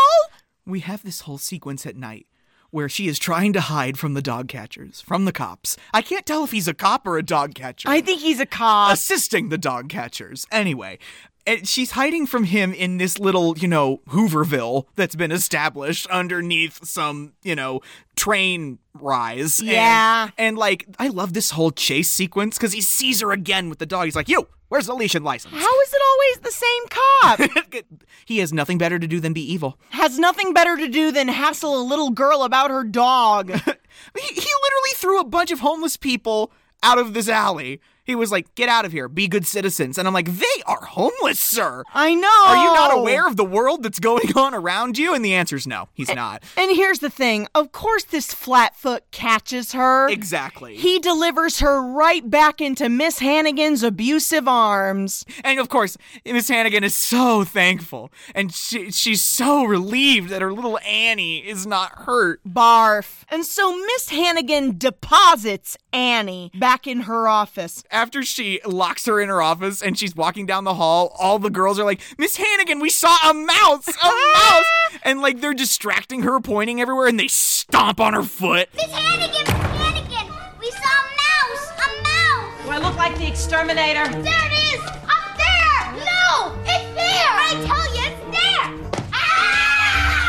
[SPEAKER 3] We have this whole sequence at night where she is trying to hide from the dog catchers, from the cops. I can't tell if he's a cop or a dog catcher.
[SPEAKER 2] I think he's a cop.
[SPEAKER 3] assisting the dog catchers. Anyway, and she's hiding from him in this little, you know, Hooverville that's been established underneath some, you know, train rise. And-
[SPEAKER 2] Yeah.
[SPEAKER 3] And, like, I love this whole chase sequence because he sees her again with the dog. He's like, "You, where's the leash and license?"
[SPEAKER 2] How is it always the same cop?
[SPEAKER 3] he has nothing better to do than be evil.
[SPEAKER 2] Has nothing better to do than hassle a little girl about her dog.
[SPEAKER 3] He, he literally threw a bunch of homeless people out of this alley. He was like, "Get out of here, be good citizens," and I'm like, "They are homeless, sir."
[SPEAKER 2] I know.
[SPEAKER 3] Are you not aware of the world that's going on around you? And the answer's no,
[SPEAKER 2] Eh.
[SPEAKER 3] he's not.
[SPEAKER 2] And here's the thing. Of course, this Flatfoot catches her.
[SPEAKER 3] Exactly.
[SPEAKER 2] He delivers her right back into Miss Hannigan's abusive arms.
[SPEAKER 3] and of course, Miss Hannigan is so thankful. And she, she's so relieved that her little Annie is not hurt.
[SPEAKER 2] Barf. And so Miss Hannigan deposits Annie back in her office.
[SPEAKER 3] After she locks her in her office and she's walking down the hall, all the girls are like, Miss Hannigan, we saw a mouse! A mouse! And like they're distracting her, pointing everywhere, and they stomp on her foot.
[SPEAKER 5] Miss Hannigan, Miss Hannigan, we saw a mouse, a mouse.
[SPEAKER 8] Do I look like the exterminator?
[SPEAKER 5] There it is, up there. No, it's there. I tell you, it's there.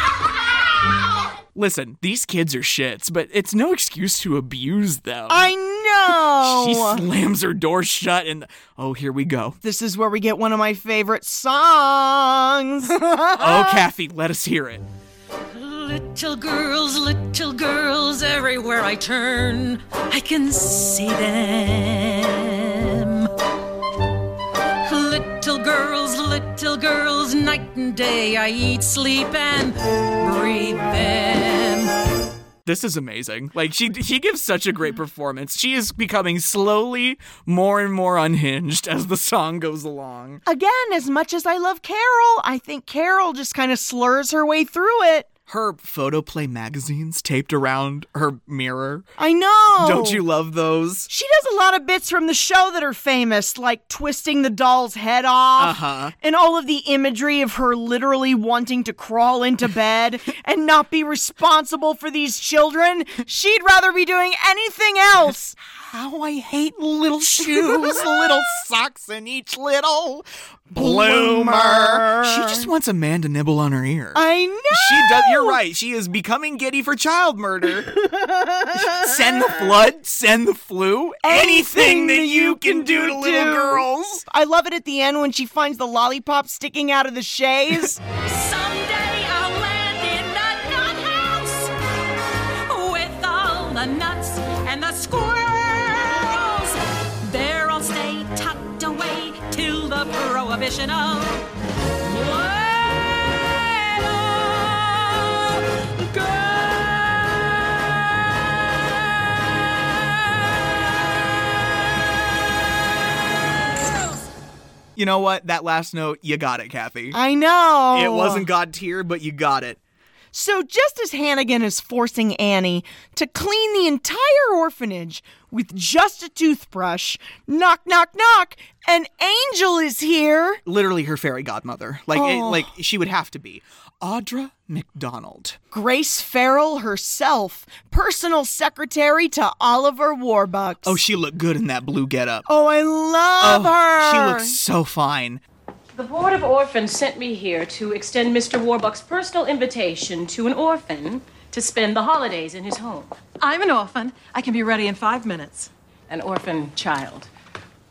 [SPEAKER 5] Ah!
[SPEAKER 3] Listen, these kids are shits, but it's no excuse to abuse them.
[SPEAKER 2] I
[SPEAKER 3] She
[SPEAKER 2] know.
[SPEAKER 3] slams her door shut and oh, here we go.
[SPEAKER 2] this is where we get one of my favorite songs.
[SPEAKER 3] Oh, Kathy, let us hear it.
[SPEAKER 10] Little girls, little girls, everywhere I turn, I can see them. Little girls, little girls, night and day, I eat, sleep, and breathe them.
[SPEAKER 3] This is amazing. Like she she gives such a great performance. She is becoming slowly more and more unhinged as the song goes along.
[SPEAKER 2] Again, as much as I love Carol, I think Carol just kind of slurs her way through it.
[SPEAKER 3] Her photoplay magazines taped around her mirror.
[SPEAKER 2] I know.
[SPEAKER 3] Don't you love those?
[SPEAKER 2] She does a lot of bits from the show that are famous, like twisting the doll's head off,
[SPEAKER 3] Uh-huh.
[SPEAKER 2] and all of the imagery of her literally wanting to crawl into bed and not be responsible for these children. She'd rather be doing anything else.
[SPEAKER 3] How I hate little shoes, little socks in each little bloomer. She just wants a man to nibble on her ear.
[SPEAKER 2] I know.
[SPEAKER 3] She does. You're right. She is becoming giddy for child murder. send the flood. Send the flu.
[SPEAKER 2] Oh,
[SPEAKER 3] Anything that you can do to little girls.
[SPEAKER 2] I love it at the end when she finds the lollipop sticking out of the chaise.
[SPEAKER 10] Someday I'll land in a nut house with all the nuts and the squirrels. There I'll stay tucked away till the prohibition of. Little girls.
[SPEAKER 3] You know what? That last note, you got it, Kathy.
[SPEAKER 2] I know.
[SPEAKER 3] It wasn't God tier, but you got it.
[SPEAKER 2] So, just as Hannigan is forcing Annie to clean the entire orphanage with just a toothbrush, knock, knock, knock, an angel is here.
[SPEAKER 3] Literally, her fairy godmother. Like, it-
[SPEAKER 2] Oh.
[SPEAKER 3] like she would have to be Audra McDonald.
[SPEAKER 2] Grace Farrell herself, personal secretary to Oliver Warbucks.
[SPEAKER 3] Oh, she looked good in that blue getup.
[SPEAKER 2] Oh, I love her.
[SPEAKER 3] she looks so fine.
[SPEAKER 11] The Board of Orphans sent me here to extend Mr. Warbuck's personal invitation to an orphan to spend the holidays in his home.
[SPEAKER 10] I'm an orphan. I can be ready in five minutes.
[SPEAKER 11] An orphan child.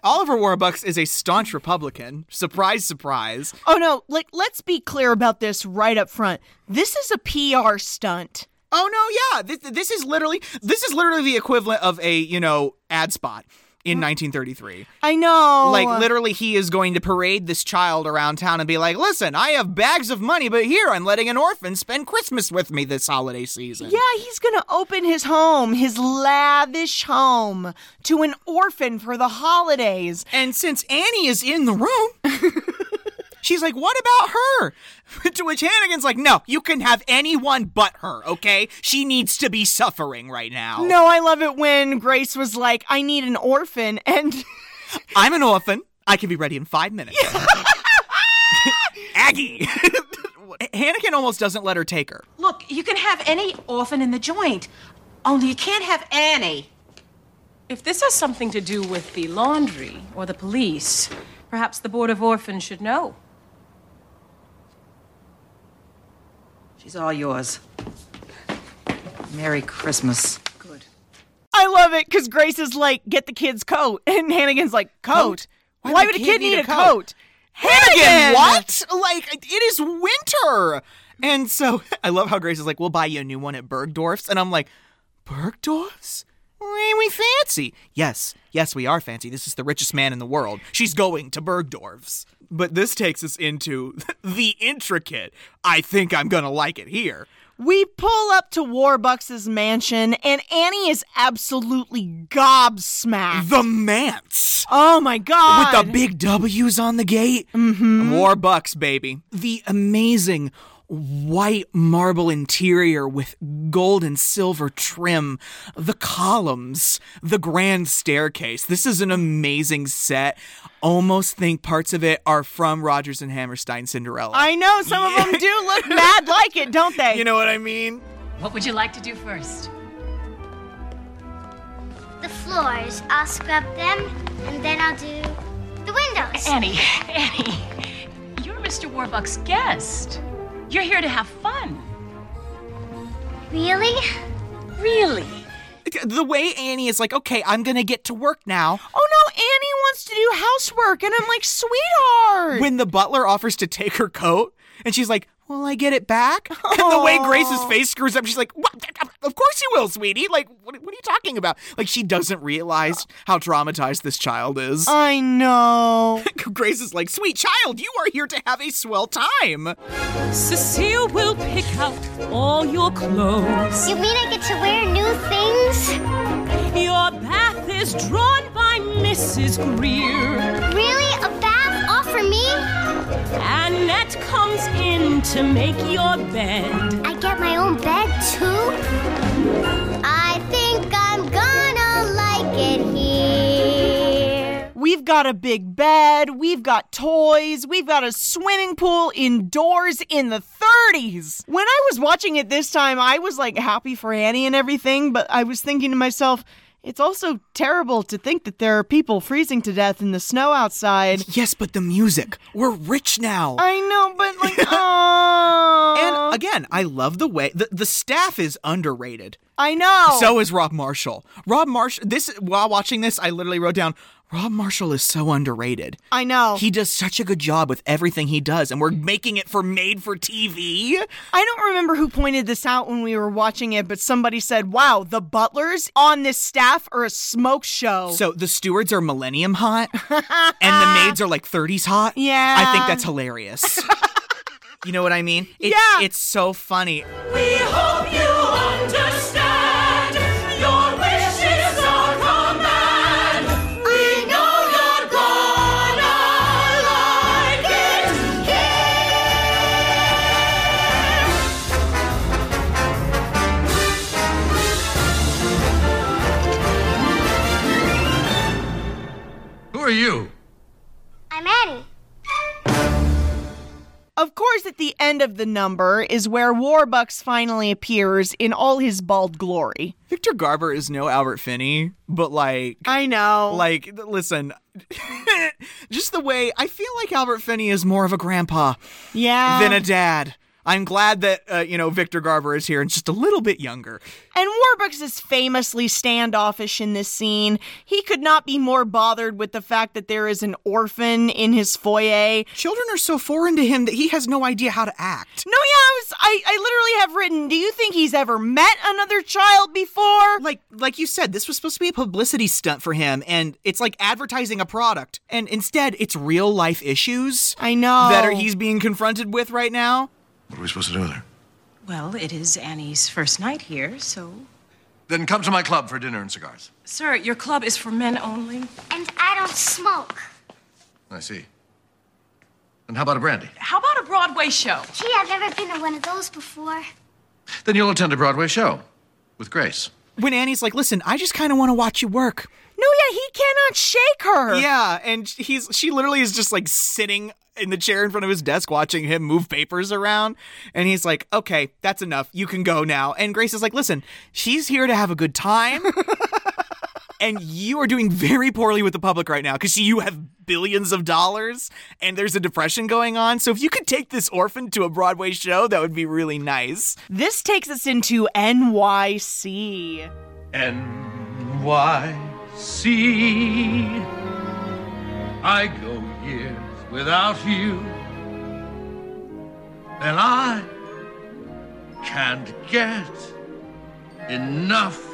[SPEAKER 3] Oliver Warbucks is a staunch Republican. Surprise, surprise.
[SPEAKER 2] Oh no, like let's be clear about this right up front. This is a PR stunt.
[SPEAKER 3] Oh no, yeah. This this is literally this is literally the equivalent of a, you know, ad spot
[SPEAKER 2] Mm.
[SPEAKER 3] in 1933.
[SPEAKER 2] I know.
[SPEAKER 3] Like literally he is going to parade this child around town and be like, "Listen, I have bags of money, but here I'm letting an orphan spend Christmas with me this holiday season."
[SPEAKER 2] Yeah, he's going to open his home, his lavish home, to an orphan for the holidays.
[SPEAKER 3] And since Annie is in the room, she's like, "What about her?" to which Hannigan's like, "No, you can have anyone but her, okay? She needs to be suffering right now."
[SPEAKER 2] No, I love it when Grace was like, I need an orphan. And
[SPEAKER 3] I'm an orphan. I can be ready in five minutes. Aggie! Hannigan almost doesn't let her take her.
[SPEAKER 8] Look, you can have any orphan in the joint, only you can't have Annie.
[SPEAKER 11] If this has something to do with the laundry or the police, Perhaps the Board of Orphans should know.
[SPEAKER 12] She's all yours. Merry Christmas.
[SPEAKER 2] I love it because Grace is like, get the kid's coat. And Hannigan's like, coat? Why, would a kid, need, a coat?
[SPEAKER 3] Hannigan,
[SPEAKER 2] Hannigan!
[SPEAKER 3] what? Like, it is winter. And so I love how Grace is like, we'll buy you a new one at Bergdorf's. And I'm like, Bergdorf's? Ain't we fancy? Yes, yes, we are fancy. This is the richest man in the world. She's going to Bergdorf's. But this takes us into the intricate. I think I'm going to like it here.
[SPEAKER 2] We pull up to Warbucks' mansion, and Annie is absolutely gobsmacked. The
[SPEAKER 3] manse.
[SPEAKER 2] Oh my god.
[SPEAKER 3] With the big W's on the gate. Mm-hmm. Warbucks, baby. The amazing white marble interior with gold and silver trim, the columns, the grand staircase. This is an amazing set. Almost think parts of it are from Rogers and Hammerstein Cinderella.
[SPEAKER 2] I know some of them do look mad like it, don't they?
[SPEAKER 3] You know what I mean?
[SPEAKER 13] What would you like to do first?
[SPEAKER 5] The floors. I'll scrub them, and then I'll do the windows.
[SPEAKER 13] Annie, Annie, you're Mr. Warbuck's guest. You're here to have fun.
[SPEAKER 5] Really?
[SPEAKER 13] Really?
[SPEAKER 3] The way Annie is like, okay, I'm gonna get to work now.
[SPEAKER 2] Oh no, Annie wants to do housework, and I'm like, sweetheart.
[SPEAKER 3] When the butler offers to take her coat, and she's like, Will I get it back? And the way Grace's face screws up, she's like, what? Of course you will, sweetie. Like, what, what are you talking about? Like, she doesn't realize how traumatized this child is.
[SPEAKER 2] I know.
[SPEAKER 3] Grace is like, sweet child, you are here to have a swell time.
[SPEAKER 10] Cecile will pick out all your clothes.
[SPEAKER 5] You mean I get to wear new things?
[SPEAKER 10] Your bath is drawn by Mrs. Greer.
[SPEAKER 5] Really? A bath? All for me?
[SPEAKER 10] Annette comes in to make your bed.
[SPEAKER 5] I get my own bed too? I think I'm gonna like it here.
[SPEAKER 2] We've got a big bed, we've got toys, we've got a swimming pool indoors in the 30s. When I was watching it this time, I was like happy for Annie and everything, but I was thinking to myself, it's also terrible to think that there are people freezing to death in the snow outside.
[SPEAKER 3] Yes, but the music. We're rich now.
[SPEAKER 2] I know, but like, oh.
[SPEAKER 3] And again, I love the way the, the staff is underrated.
[SPEAKER 2] I know.
[SPEAKER 3] So is Rob Marshall. Rob Marshall, this, while watching this, I literally wrote down, Rob Marshall is so underrated.
[SPEAKER 2] I know.
[SPEAKER 3] He does such a good job with everything he does, and we're making it for made for TV.
[SPEAKER 2] I don't remember who pointed this out when we were watching it, but somebody said, wow, the butlers on this staff are a smoke show.
[SPEAKER 3] So the stewards are millennium hot, and the maids are like 30s hot.
[SPEAKER 2] Yeah.
[SPEAKER 3] I think that's hilarious. you know what I mean? It's,
[SPEAKER 10] Yeah.
[SPEAKER 3] It's so funny.
[SPEAKER 10] We hope you understand. Your wish is our command. We know you're gonna like it here.
[SPEAKER 6] Who are you?
[SPEAKER 5] I'm Annie.
[SPEAKER 2] Of course, at the end of the number is where Warbucks finally appears in all his bald glory.
[SPEAKER 3] Victor Garber is no Albert Finney, but like
[SPEAKER 2] I know.
[SPEAKER 3] Like th- listen, just the way I feel like Albert Finney is more of a grandpa
[SPEAKER 2] Yeah.
[SPEAKER 3] than a dad. I'm glad that uh, you know Victor Garber is here and just a little bit younger.
[SPEAKER 2] And Warbucks is famously standoffish in this scene. He could not be more bothered with the fact that there is an orphan in his foyer.
[SPEAKER 3] Children are so foreign to him that he has no idea how to act.
[SPEAKER 2] No, yeah, I was I, I literally have written, do you think he's ever met another child before?
[SPEAKER 3] Like like you said, this was supposed to be a publicity stunt for him and it's like advertising a product. And instead, it's real life issues
[SPEAKER 2] I know.
[SPEAKER 3] that are he's being confronted with right now.
[SPEAKER 6] What are we supposed to do there?
[SPEAKER 11] Well, it is Annie's first night here, so.
[SPEAKER 6] Then come to my club for dinner and cigars.
[SPEAKER 11] Sir, your club is for men only.
[SPEAKER 5] And I don't smoke.
[SPEAKER 6] I see. And how about a brandy?
[SPEAKER 11] How about a Broadway show?
[SPEAKER 5] Gee, I've never been to one of those before.
[SPEAKER 6] Then you'll attend a Broadway show with Grace.
[SPEAKER 3] When Annie's like, "Listen, I just kind of want to watch you work."
[SPEAKER 2] No, yeah, he cannot shake her.
[SPEAKER 3] Yeah, and he's she literally is just like sitting in the chair in front of his desk watching him move papers around and he's like, "Okay, that's enough. You can go now." And Grace is like, "Listen, she's here to have a good time." and you are doing very poorly with the public right now cuz you have billions of dollars and there's a depression going on. So if you could take this orphan to a Broadway show, that would be really nice.
[SPEAKER 2] This takes us into NYC.
[SPEAKER 14] NYC. I go years without you, and I can't get enough.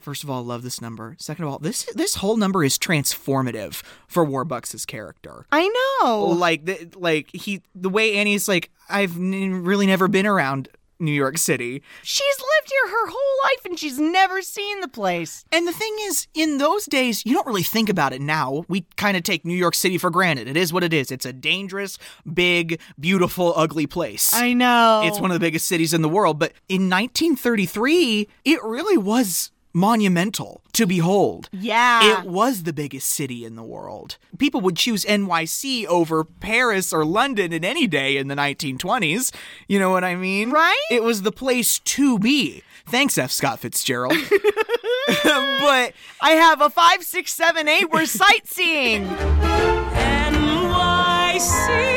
[SPEAKER 3] First of all, love this number. Second of all, this this whole number is transformative for Warbucks' character.
[SPEAKER 2] I know.
[SPEAKER 3] Like the, like he the way Annie's like I've n- really never been around New York City.
[SPEAKER 2] She's lived here her whole life and she's never seen the place.
[SPEAKER 3] And the thing is, in those days, you don't really think about it now. We kind of take New York City for granted. It is what it is. It's a dangerous, big, beautiful, ugly place.
[SPEAKER 2] I know.
[SPEAKER 3] It's one of the biggest cities in the world. But in 1933, it really was monumental to behold.
[SPEAKER 2] Yeah.
[SPEAKER 3] It was the biggest city in the world. People would choose NYC over Paris or London in any day in the 1920s. You know what I mean?
[SPEAKER 2] Right?
[SPEAKER 3] It was the place to be. Thanks, F. Scott Fitzgerald. Uh, but
[SPEAKER 2] I have a five, six, seven, eight. We're sightseeing.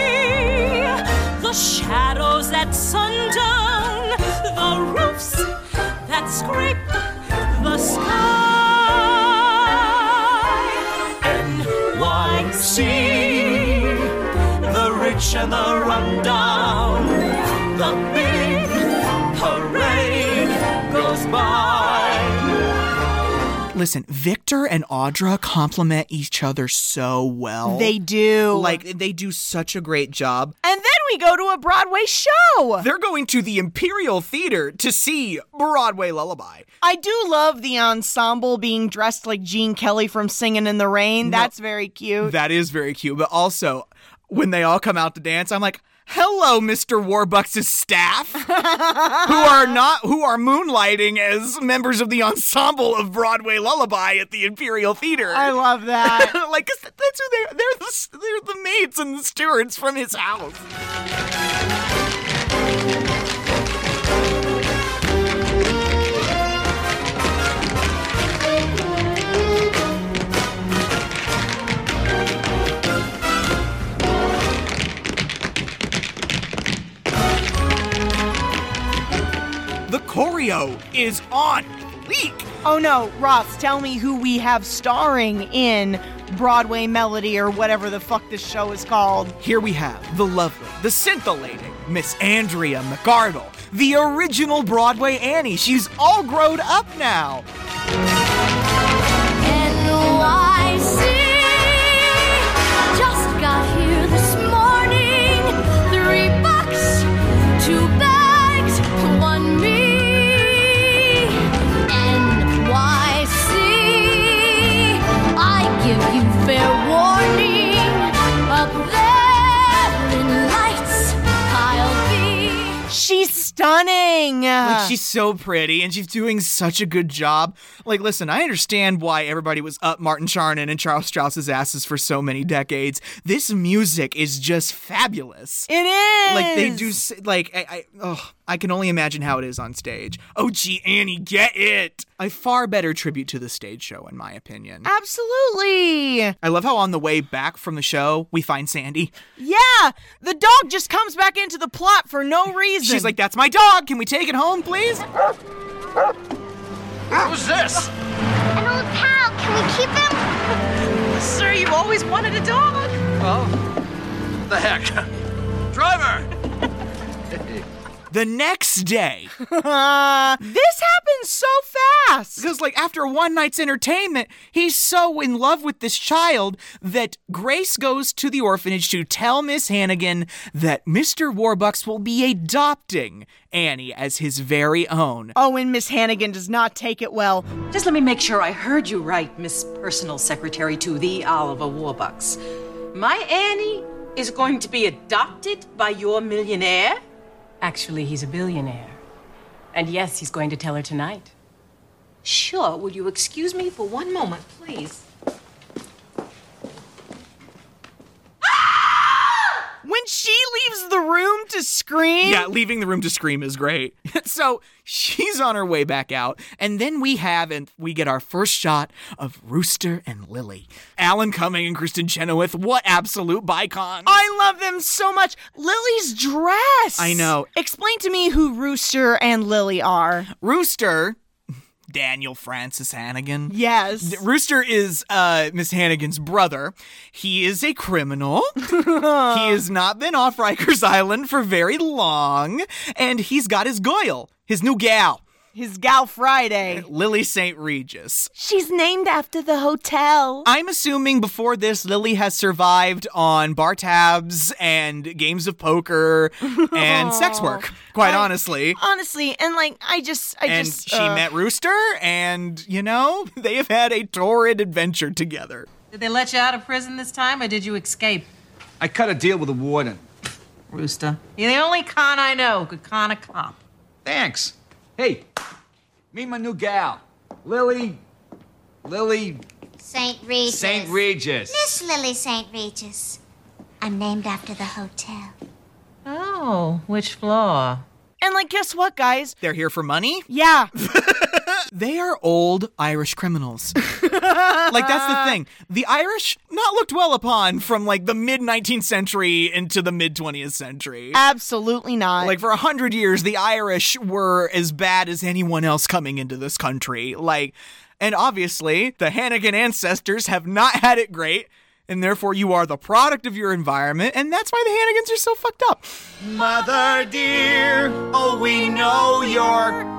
[SPEAKER 10] NYC, the shadows at sundown, the roofs that scrape the sky. NYC, the rich and the rundown, the big parade goes by.
[SPEAKER 3] Listen, Victor and Audra complement each other so well.
[SPEAKER 2] They do.
[SPEAKER 3] Like, they do such a great job.
[SPEAKER 2] And then we go to a Broadway show.
[SPEAKER 3] They're going to the Imperial Theater to see Broadway Lullaby.
[SPEAKER 2] I do love the ensemble being dressed like Gene Kelly from Singing in the Rain. That's very cute.
[SPEAKER 3] That is very cute. But also, when they all come out to dance, I'm like, hello, Mr. Warbucks' staff, who
[SPEAKER 2] Uh-huh.
[SPEAKER 3] are not who are moonlighting as members of the ensemble of Broadway Lullaby at the Imperial Theater.
[SPEAKER 2] I love that.
[SPEAKER 3] like, 'cause that's who they're they're the, they're the maids and the stewards from his house. The choreo is on leak.
[SPEAKER 2] Oh no, Ross, tell me who we have starring in Broadway Melody or whatever the fuck this show is called.
[SPEAKER 3] Here we have the lovely, the scintillating Miss Andrea McArdle, the original Broadway Annie. She's all grown up now.
[SPEAKER 10] NYC. Just got here this morning. Three bucks, two bags, one me. NYC. I give you fair warning. Up there in lights, I'll be.
[SPEAKER 2] She's stunning.
[SPEAKER 3] Like she's so pretty and she's doing such a good job. Like, listen, I understand why everybody was up Martin Charnin and Charles Strauss's asses for so many decades. This music is just fabulous.
[SPEAKER 2] It is.
[SPEAKER 3] Like they do, s- like I, I, oh, I can only imagine how it is on stage. Oh, gee, Annie, get it! A far better tribute to the stage show, in my opinion.
[SPEAKER 2] Absolutely.
[SPEAKER 3] I love how on the way back from the show we find Sandy.
[SPEAKER 2] Yeah, the dog just comes back into the plot for no reason.
[SPEAKER 3] She's like, "That's my dog. Can we take it home, please?"
[SPEAKER 14] Who's this?
[SPEAKER 5] An old pal. Can we keep him?
[SPEAKER 13] Sir, you always wanted a dog.
[SPEAKER 14] The heck? Driver!
[SPEAKER 3] The next day,
[SPEAKER 2] this happens so fast.
[SPEAKER 3] because like after one night's entertainment, he's so in love with this child that Grace goes to the orphanage to tell Miss Hannigan that Mr. Warbucks will be adopting Annie as his very own.
[SPEAKER 2] Oh, and Miss Hannigan does not take it well.
[SPEAKER 12] Just let me make sure I heard you right, Miss Personal Secretary to the Oliver Warbucks.
[SPEAKER 7] My Annie is going to be adopted by your millionaire?
[SPEAKER 11] Actually, he's a billionaire. And yes, he's going to tell her tonight.
[SPEAKER 7] Sure, will you excuse me for one moment, please?
[SPEAKER 2] When she leaves the the room to scream?
[SPEAKER 3] Yeah, leaving the room to scream is great. so she's on her way back out, and then we have and we get our first shot of Rooster and Lily. Alan Cumming and Kristen Chenoweth, what absolute bicon.
[SPEAKER 2] I love them so much. Lily's dress.
[SPEAKER 3] I know.
[SPEAKER 2] Explain to me who Rooster and Lily are.
[SPEAKER 3] Rooster Daniel Francis Hannigan.
[SPEAKER 2] Yes.
[SPEAKER 3] Rooster is uh, Miss Hannigan's brother. He is a criminal. he has not been off Rikers Island for very long, and he's got his goyle, his new gal,
[SPEAKER 2] His gal Friday.
[SPEAKER 3] Lily St. Regis.
[SPEAKER 2] She's named after the hotel.
[SPEAKER 3] I'm assuming before this, Lily has survived on bar tabs and games of poker and sex work, quite
[SPEAKER 2] I-
[SPEAKER 3] honestly.
[SPEAKER 2] Honestly, and like I just I
[SPEAKER 3] and
[SPEAKER 2] just
[SPEAKER 3] she
[SPEAKER 2] uh,
[SPEAKER 3] met Rooster, and you know, they have had a torrid adventure together.
[SPEAKER 8] Did they let you out of prison this time, or did you escape?
[SPEAKER 15] I cut a deal with the warden.
[SPEAKER 8] Rooster. You're the only con I know who could con a cop.
[SPEAKER 15] Thanks. Hey, meet my new gal, Lily. Lily
[SPEAKER 5] St. Regis.
[SPEAKER 15] St. Regis.
[SPEAKER 5] Miss Lily St. Regis. I'm named after the hotel.
[SPEAKER 8] Oh, which floor?
[SPEAKER 2] And like guess what, guys?
[SPEAKER 3] They're here for money?
[SPEAKER 2] Yeah.
[SPEAKER 3] They are old Irish criminals. like, that's the thing. The Irish, not looked well upon from like the mid 19th century into the mid 20th century.
[SPEAKER 2] Absolutely not.
[SPEAKER 3] Like, for a hundred years, the Irish were as bad as anyone else coming into this country. Like, and obviously, the Hannigan ancestors have not had it great, and therefore you are the product of your environment, and that's why the Hannigans are so fucked up.
[SPEAKER 1] Mother dear, oh, we know you're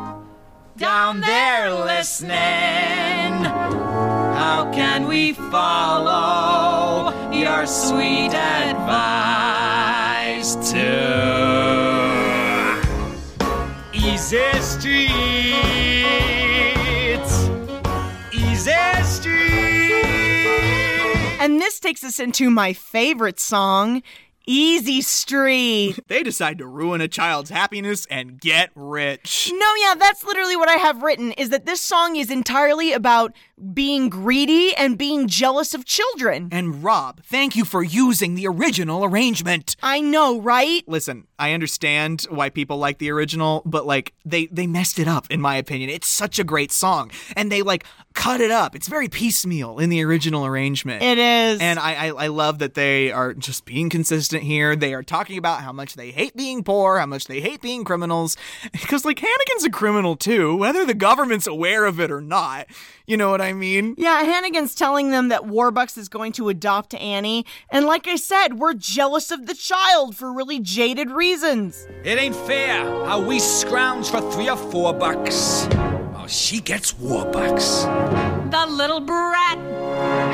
[SPEAKER 1] down there listening. How can we follow your sweet advice to easy streets? Easy streets.
[SPEAKER 2] And this takes us into my favorite song, Easy Street.
[SPEAKER 3] They decide to ruin a child's happiness and get rich.
[SPEAKER 2] No, yeah, that's literally what I have written is that this song is entirely about being greedy and being jealous of children.
[SPEAKER 3] And Rob, thank you for using the original arrangement.
[SPEAKER 2] I know, right?
[SPEAKER 3] Listen, I understand why people like the original, but like they they messed it up in my opinion. It's such a great song and they like cut it up. It's very piecemeal in the original arrangement.
[SPEAKER 2] It is.
[SPEAKER 3] And I, I I love that they are just being consistent here. They are talking about how much they hate being poor, how much they hate being criminals because like Hannigan's a criminal too, whether the government's aware of it or not. You know what I mean?
[SPEAKER 2] Yeah, Hannigan's telling them that Warbucks is going to adopt Annie, and like I said, we're jealous of the child for really jaded reasons.
[SPEAKER 15] It ain't fair how we scrounge for three or four bucks. While
[SPEAKER 1] Oh,
[SPEAKER 15] she gets war bucks.
[SPEAKER 10] The little brat.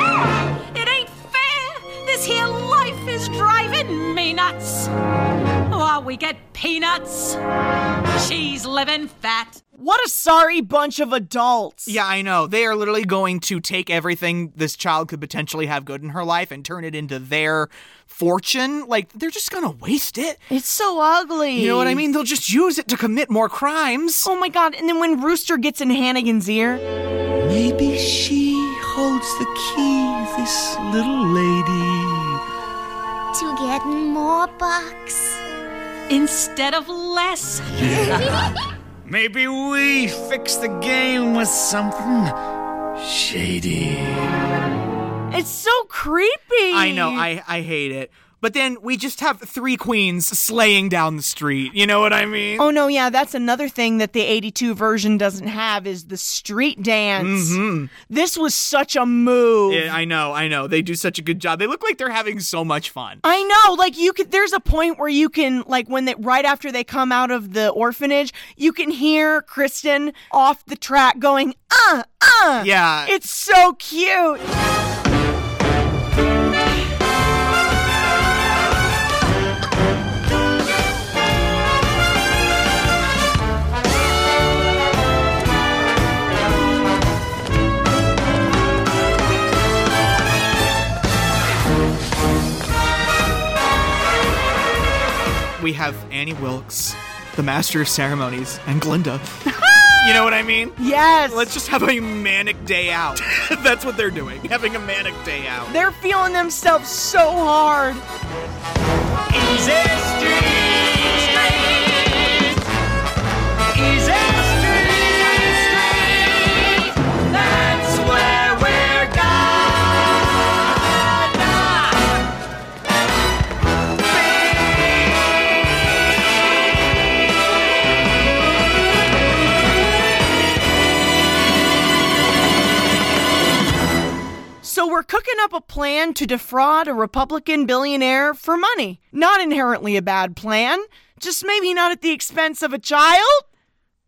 [SPEAKER 10] Ah, It ain't fair. This here life is driving me nuts. While we get peanuts, she's living fat.
[SPEAKER 2] What a sorry bunch of adults.
[SPEAKER 3] Yeah, I know. They are literally going to take everything this child could potentially have good in her life and turn it into their fortune. Like, they're just going to waste it.
[SPEAKER 2] It's so ugly.
[SPEAKER 3] You know what I mean? They'll just use it to commit more crimes.
[SPEAKER 2] Oh my god, and then when Rooster gets in Hannigan's ear,
[SPEAKER 1] Maybe she holds the key, this little lady.
[SPEAKER 5] To get more bucks.
[SPEAKER 10] Instead of less.
[SPEAKER 1] Maybe we fix the game with something shady.
[SPEAKER 2] it's so creepy.
[SPEAKER 3] I know. I, I hate it. But then we just have three queens slaying down the street. You know what I mean?
[SPEAKER 2] Oh no, yeah, that's another thing that the 82 version doesn't have is the street dance.
[SPEAKER 3] Mhm.
[SPEAKER 2] This was such a move.
[SPEAKER 3] Yeah, I know. I know. They do such a good job. They look like they're having so much fun.
[SPEAKER 2] I know, like you could. There's a point where you can, like, when they right after they come out of the orphanage, you can hear Kristen off the track going, "Uh, uh."
[SPEAKER 3] Yeah.
[SPEAKER 2] it's so cute.
[SPEAKER 3] We have Annie Wilkes, the master of ceremonies, and Glinda. you know what I mean?
[SPEAKER 2] Yes.
[SPEAKER 3] Let's just have a manic day out. That's what they're doing. Having a manic day out.
[SPEAKER 2] They're feeling themselves so hard.
[SPEAKER 1] Easy street. Easy street. That's where we're gonna
[SPEAKER 2] So we're cooking up a plan to defraud a Republican billionaire for money. Not inherently a bad plan, just maybe not at the expense of a child.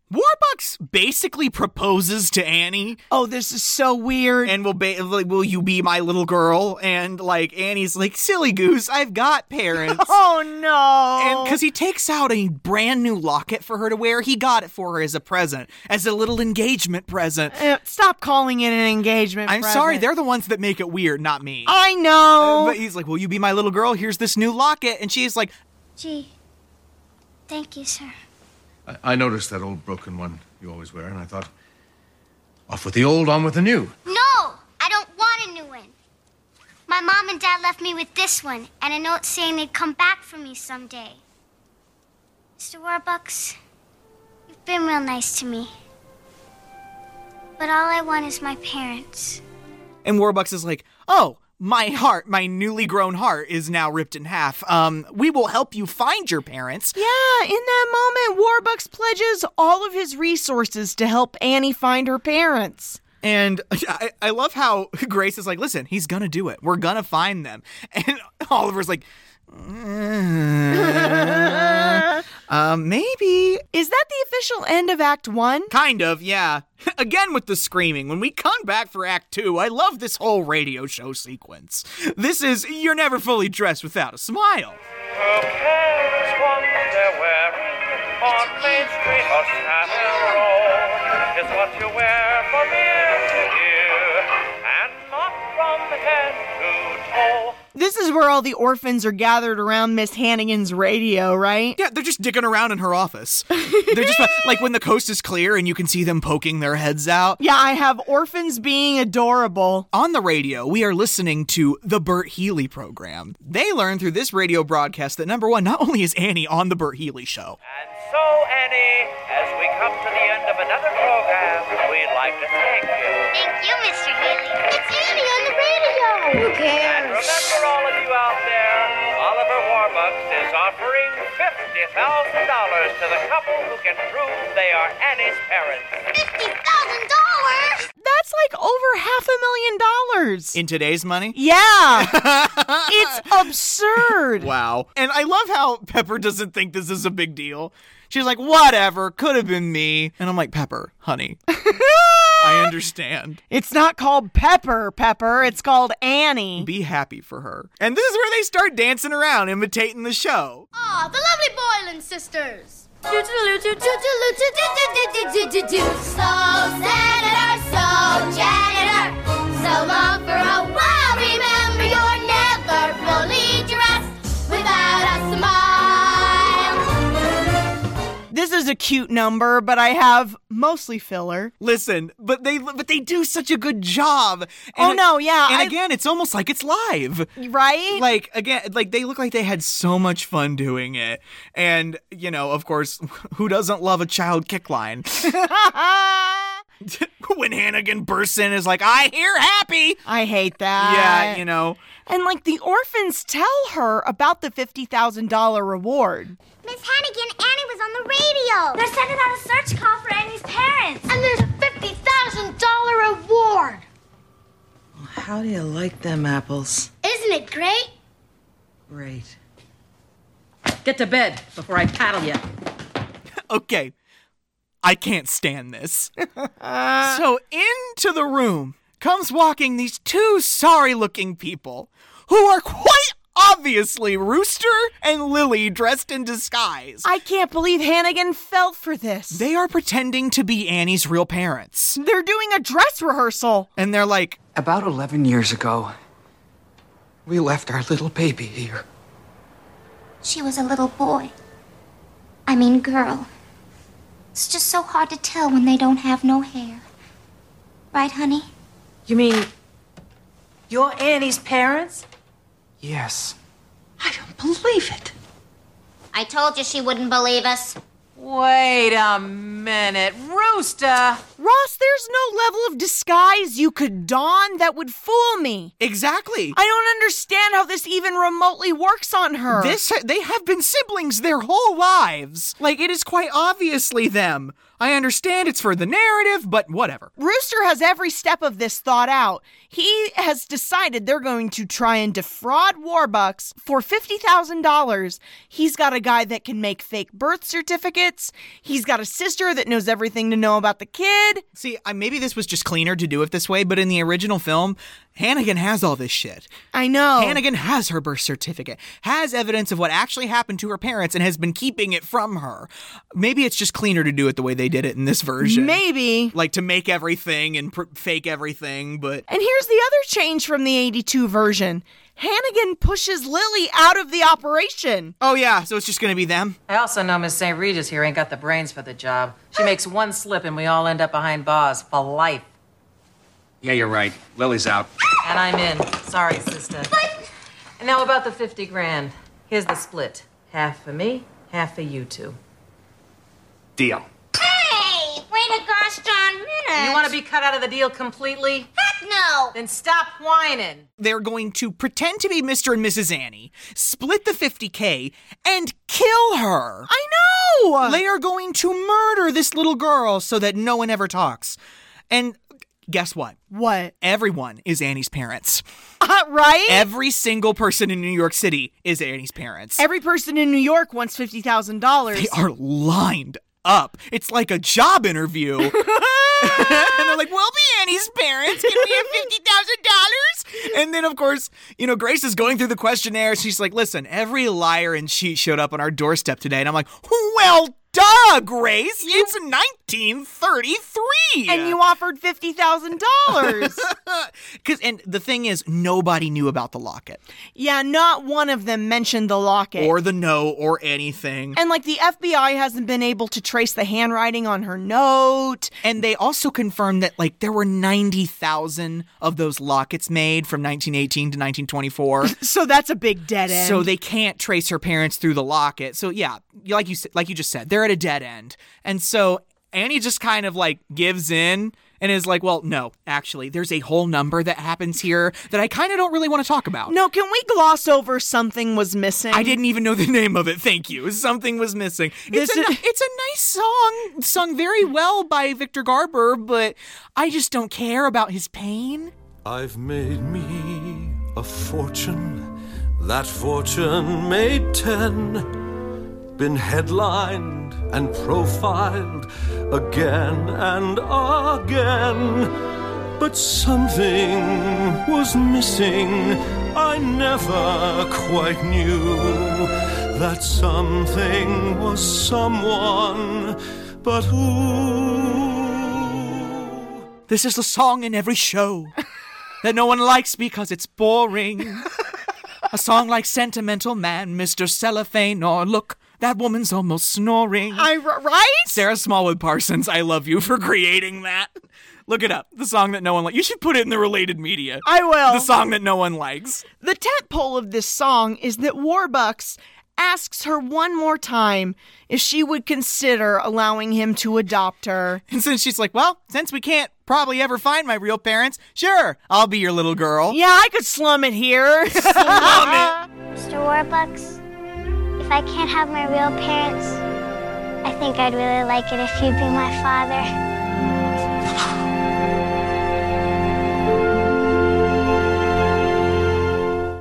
[SPEAKER 3] Warbucks basically proposes to Annie.
[SPEAKER 2] Oh, this is so weird.
[SPEAKER 3] And will ba- like, will you be my little girl? And like Annie's like, silly goose, I've got parents.
[SPEAKER 2] oh no!
[SPEAKER 3] And because he takes out a brand new locket for her to wear, he got it for her as a present, as a little engagement present.
[SPEAKER 2] Uh, stop calling it an engagement.
[SPEAKER 3] I'm
[SPEAKER 2] present.
[SPEAKER 3] sorry, they're the ones that make it weird, not me.
[SPEAKER 2] I know.
[SPEAKER 3] but he's like, will you be my little girl? Here's this new locket, and she's like,
[SPEAKER 7] Gee, thank you, sir.
[SPEAKER 6] I, I noticed that old broken one you always wear, and I thought, off with the old, on with the new.
[SPEAKER 7] No, I don't want a new one. My mom and dad left me with this one, and a note saying they'd come back for me someday. Mr. Warbucks, you've been real nice to me. But all I want is my parents.
[SPEAKER 3] and Warbucks is like, oh. My heart, my newly grown heart, is now ripped in half. Um, we will help you find your parents.
[SPEAKER 2] Yeah, in that moment, Warbucks pledges all of his resources to help Annie find her parents.
[SPEAKER 3] And I, I love how Grace is like, listen, he's gonna do it. We're gonna find them. And Oliver's like, "Uh, uh, maybe.
[SPEAKER 2] Is that the official end of Act One?
[SPEAKER 3] Kind of, yeah. Again with the screaming. When we come back for Act Two, I love this whole radio show sequence. This is You're Never Fully Dressed Without a Smile.
[SPEAKER 1] cares what they're wearing on Main Street or Chapel Row? It's what you wear from ear to ear and not from head to toe.
[SPEAKER 2] This is where all the orphans are gathered around Miss Hannigan's radio, right?
[SPEAKER 3] Yeah, they're just digging around in her office. They're just like when the coast is clear and you can see them poking their heads out.
[SPEAKER 2] Yeah, I have orphans being adorable.
[SPEAKER 3] On the radio, we are listening to the Bert Healy program. They learn through this radio broadcast that number one, not only is Annie on the Bert Healy show,
[SPEAKER 1] And so, Annie, as we come to the end of another program, we'd like to thank you.
[SPEAKER 7] Thank you, Mr. Haley. It's Annie on the radio. Who
[SPEAKER 1] And remember all of you out there, Oliver Warbucks is offering $50,000 to the couple who can prove they are Annie's parents.
[SPEAKER 7] Thousand dollars.
[SPEAKER 2] That's like over half a million dollars.
[SPEAKER 3] in today's money.
[SPEAKER 2] Yeah. it's absurd.
[SPEAKER 3] Wow. And I love how Pepper doesn't think this is a big deal. She's like, whatever, could have been me. And I'm like, Pepper, honey, I understand.
[SPEAKER 2] It's not called Pepper, Pepper. It's called Annie.
[SPEAKER 3] Be happy for her. And this is where they start dancing around, imitating the show.
[SPEAKER 7] Ah, the lovely Boylan sisters. So sad or so janitor. So long for a while. Remember, you're never fully dressed without a smile.
[SPEAKER 2] This is a cute number, but I have mostly filler.
[SPEAKER 3] Listen, but they but they do such a good job. And
[SPEAKER 2] Oh, no, yeah,
[SPEAKER 3] And
[SPEAKER 2] I-
[SPEAKER 3] again, it's almost like it's live.
[SPEAKER 2] Right?
[SPEAKER 3] like again like they look like they had so much fun doing it and you know of course who doesn't love a child kick line when hannigan bursts in is like i hear happy
[SPEAKER 2] I hate that.
[SPEAKER 3] yeah you know
[SPEAKER 2] And like the orphans tell her about the $50,000 reward.
[SPEAKER 7] Miss Hannigan, Annie was on the radio. They're sending out a search call for Annie's parents. And there's a fifty thousand dollar reward.
[SPEAKER 8] How do you like them apples?
[SPEAKER 7] Isn't it great?
[SPEAKER 8] Great.
[SPEAKER 16] Get to bed before I paddle you.
[SPEAKER 3] okay i can't stand this so into the room comes walking these two sorry looking people who are quite obviously rooster and lily dressed in disguise
[SPEAKER 2] I can't believe Hannigan fell for this.
[SPEAKER 3] They are pretending to be Annie's real parents.
[SPEAKER 2] They're doing a dress rehearsal.
[SPEAKER 3] And they're like,
[SPEAKER 17] About 11 years ago, we left our little baby here.
[SPEAKER 7] She was a little boy. I mean, girl. It's just so hard to tell when they don't have no hair. Right, honey?
[SPEAKER 15] You mean you're Annie's parents?
[SPEAKER 17] Yes.
[SPEAKER 15] I don't
[SPEAKER 5] believe it. I told you she wouldn't believe us.
[SPEAKER 8] Wait a minute, Rooster.
[SPEAKER 2] Ross, there's no level of disguise you could don that would fool me.
[SPEAKER 3] Exactly.
[SPEAKER 2] I don't understand how this even remotely works on her.
[SPEAKER 3] This they have been siblings their whole lives. Like it is quite obviously them. I understand it's for the narrative, but whatever.
[SPEAKER 2] Rooster has every step of this thought out. He has decided they're going to try and defraud Warbucks for $50,000. He's got a guy that can make fake birth certificates. He's got a sister that knows everything to know about the kid.
[SPEAKER 3] See, I, maybe this was just cleaner to do it this way, but in the original film, Hannigan has all this shit.
[SPEAKER 2] I know.
[SPEAKER 3] Hannigan has her birth certificate, has evidence of what actually happened to her parents, and has been keeping it from her. Maybe it's just cleaner to do it the way they did it in this version.
[SPEAKER 2] Maybe.
[SPEAKER 3] Like to make everything and pr- fake everything, but.
[SPEAKER 2] And here's the other change from the 82 version Hannigan pushes Lily out of the operation.
[SPEAKER 3] Oh, yeah, so it's just gonna be them?
[SPEAKER 8] I also know Miss St. Regis here ain't got the brains for the job. She makes one slip and we all end up behind bars for life.
[SPEAKER 16] Yeah, you're right. Lily's out.
[SPEAKER 8] And I'm in. Sorry, sister. And now about the 50 grand. Here's the split half for me, half for you two.
[SPEAKER 16] Deal.
[SPEAKER 5] Hey, wait a gosh darn minute.
[SPEAKER 8] You want to be cut out of the deal completely?
[SPEAKER 5] Heck no.
[SPEAKER 8] Then stop whining.
[SPEAKER 3] They're going to pretend to be Mr. and Mrs. Annie, split the 50K, and kill her.
[SPEAKER 2] I know!
[SPEAKER 3] They are going to murder this little girl so that no one ever talks. And guess what?
[SPEAKER 2] What?
[SPEAKER 3] Everyone is Annie's parents.
[SPEAKER 2] Uh, right?
[SPEAKER 3] Every single person in New York City is Annie's parents.
[SPEAKER 2] Every person in New York wants $50,000.
[SPEAKER 3] They are lined up. It's like a job interview. and they're like, we'll be Annie's parents. Can we have $50,000? And then, of course, you know, Grace is going through the questionnaire. She's like, listen, every liar and cheat showed up on our doorstep today. And I'm like, well Duh, Grace, it's 1933.
[SPEAKER 2] And you offered $50,000.
[SPEAKER 3] Cuz and the thing is nobody knew about the locket.
[SPEAKER 2] Yeah, not one of them mentioned the locket
[SPEAKER 3] or the note or anything.
[SPEAKER 2] And like the FBI hasn't been able to trace the handwriting on her note.
[SPEAKER 3] And they also confirmed that like there were 90,000 of those lockets made from 1918 to 1924.
[SPEAKER 2] so that's a big dead end.
[SPEAKER 3] So they can't trace her parents through the locket. So yeah, like you like you just said, they're at a dead end. And so Annie just kind of like gives in and is like, well, no, actually, there's a whole number that happens here that I kind of don't really want to talk about.
[SPEAKER 2] No, can we gloss over something was missing?
[SPEAKER 3] I didn't even know the name of it. Thank you. Something was missing. This it's, a, is... it's a nice song, sung very well by Victor Garber, but I just don't care about his pain.
[SPEAKER 18] I've made me a fortune. That fortune made ten been headlined and profiled again and again. But something was missing, I never quite knew. That something was someone, but who?
[SPEAKER 3] This is the song in every show that no one likes because it's boring. A song like Sentimental Man, Mr. Cellophane, or Look, that woman's almost snoring.
[SPEAKER 2] I right?
[SPEAKER 3] Sarah Smallwood Parsons, I love you for creating that. Look it up. The song that no one likes. You should put it in the related media.
[SPEAKER 2] I will.
[SPEAKER 3] The song that no one likes.
[SPEAKER 2] The tentpole of this song is that Warbucks asks her one more time if she would consider allowing him to adopt her.
[SPEAKER 3] And since she's like, well, since we can't probably ever find my real parents, sure, I'll be your little girl.
[SPEAKER 2] Yeah, I could slum it here.
[SPEAKER 3] slum it.
[SPEAKER 5] Mr. Warbucks. If I can't have my real parents, I think I'd really like it if you'd be my father.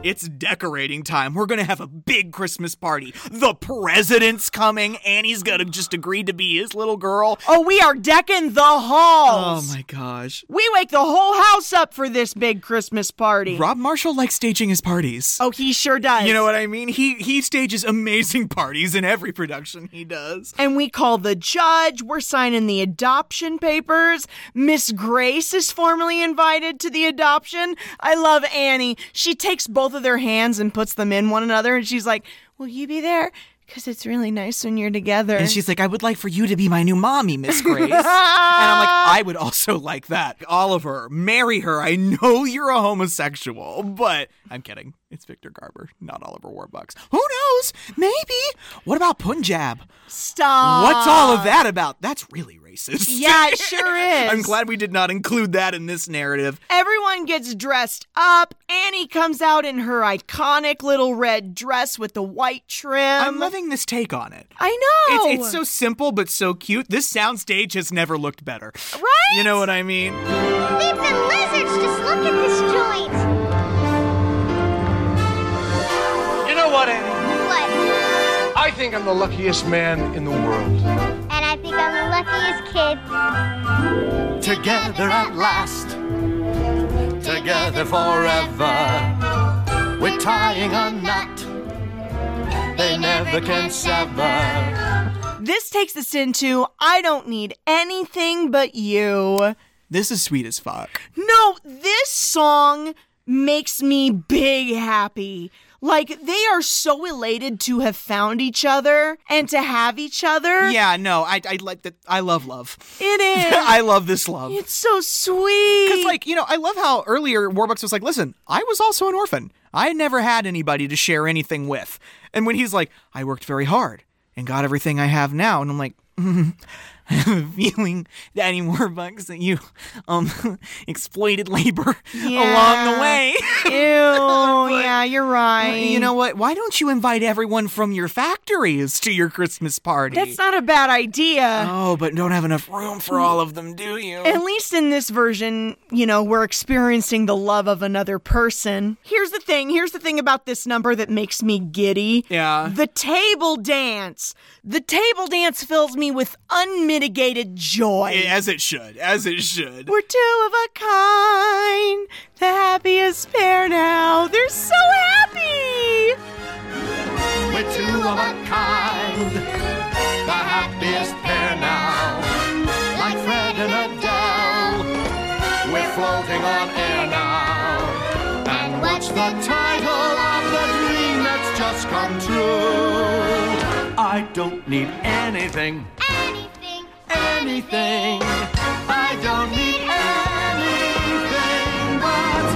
[SPEAKER 3] It's decorating time. We're going to have a big Christmas party. The president's coming. Annie's going to just agree to be his little girl.
[SPEAKER 2] Oh, we are decking the halls.
[SPEAKER 3] Oh, my gosh.
[SPEAKER 2] We wake the whole house up for this big Christmas party.
[SPEAKER 3] Rob Marshall likes staging his parties.
[SPEAKER 2] Oh, he sure does.
[SPEAKER 3] You know what I mean? He, he stages amazing parties in every production he does.
[SPEAKER 2] And we call the judge. We're signing the adoption papers. Miss Grace is formally invited to the adoption. I love Annie. She takes both of their hands and puts them in one another. And she's like, Will you be there? Because it's really nice when you're together.
[SPEAKER 3] And she's like, I would like for you to be my new mommy, Miss Grace. and I'm like, I would also like that. Oliver, marry her. I know you're a homosexual, but I'm kidding. It's Victor Garber, not Oliver Warbucks. Who knows? Maybe. What about Punjab?
[SPEAKER 2] Stop.
[SPEAKER 3] What's all of that about? That's really racist.
[SPEAKER 2] Uh, Yeah, it sure is.
[SPEAKER 3] I'm glad we did not include that in this narrative.
[SPEAKER 2] Everyone gets dressed up. Annie comes out in her iconic little red dress with the white trim.
[SPEAKER 3] I'm loving this take on it.
[SPEAKER 2] I know.
[SPEAKER 3] It's, it's so simple but so cute. This soundstage has never looked better.
[SPEAKER 2] Right?
[SPEAKER 3] You know what I mean?
[SPEAKER 5] They've been lizards. Just look at this joint.
[SPEAKER 14] You know what, Annie?
[SPEAKER 5] What?
[SPEAKER 14] I think I'm the luckiest man in the world.
[SPEAKER 5] And I think I'm the luckiest kid.
[SPEAKER 18] Together at last, together forever. We're tying a knot they never can sever.
[SPEAKER 2] This takes us into I don't need anything but you.
[SPEAKER 3] This is sweet as fuck.
[SPEAKER 2] No, this song makes me big happy. Like, they are so elated to have found each other and to have each other.
[SPEAKER 3] Yeah, no, I, I like that. I love love.
[SPEAKER 2] It is.
[SPEAKER 3] I love this love.
[SPEAKER 2] It's so sweet.
[SPEAKER 3] Because, like, you know, I love how earlier Warbucks was like, listen, I was also an orphan. I never had anybody to share anything with. And when he's like, I worked very hard and got everything I have now, and I'm like, "Mhm. I have a feeling, Daddy Warbucks, that you um, exploited labor along the way.
[SPEAKER 2] Ew, yeah, you're right.
[SPEAKER 3] uh, You know what? Why don't you invite everyone from your factories to your Christmas party?
[SPEAKER 2] That's uh, not a bad idea.
[SPEAKER 3] oh, but don't have enough room for all of them, do you?
[SPEAKER 2] At least in this version, you know, we're experiencing the love of another person. Here's the thing here's the thing about this number that makes me giddy.
[SPEAKER 3] Yeah.
[SPEAKER 2] The table dance. The table dance fills me with unmitigated joy.
[SPEAKER 3] As it should. As it should.
[SPEAKER 2] We're two of a kind, the happiest pair now. They're so happy.
[SPEAKER 18] We're two of a kind, the happiest pair now. Like Fred and Adele, we're floating on air now. And what's the title of the dream that's just come true? I don't need anything,
[SPEAKER 5] Anything.
[SPEAKER 18] anything. I don't need anything but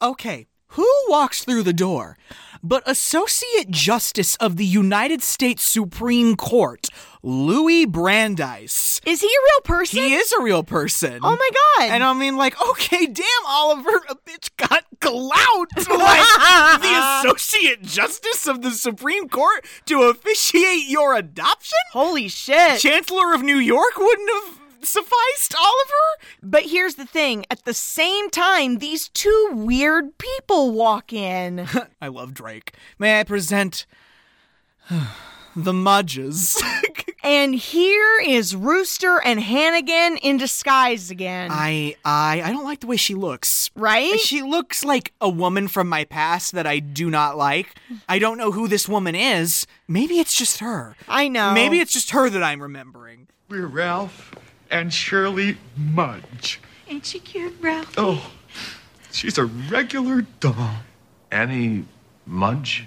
[SPEAKER 3] Okay, who walks through the door? But Associate Justice of the United States Supreme Court, Louis Brandeis.
[SPEAKER 2] Is he a real person?
[SPEAKER 3] He is a real person.
[SPEAKER 2] Oh my God.
[SPEAKER 3] And I mean, like, okay, damn, Oliver, a bitch got clout. Like, the Associate Justice of the Supreme Court to officiate your adoption?
[SPEAKER 2] Holy shit.
[SPEAKER 3] Chancellor of New York wouldn't have sufficed, Oliver?
[SPEAKER 2] But here's the thing at the same time, these two weird people walk in.
[SPEAKER 3] I love Drake. May I present the Mudges?
[SPEAKER 2] and here is Rooster and Hannigan in disguise again.
[SPEAKER 3] I I I don't like the way she looks.
[SPEAKER 2] right?
[SPEAKER 3] She looks like a woman from my past that I do not like. I don't know who this woman is. Maybe it's just her.
[SPEAKER 2] I know.
[SPEAKER 3] Maybe it's just her that I'm remembering.
[SPEAKER 19] We're Ralph and Shirley Mudge.
[SPEAKER 13] Ain't she cute, Ralph?
[SPEAKER 19] Oh, she's a regular doll.
[SPEAKER 6] Annie Mudge?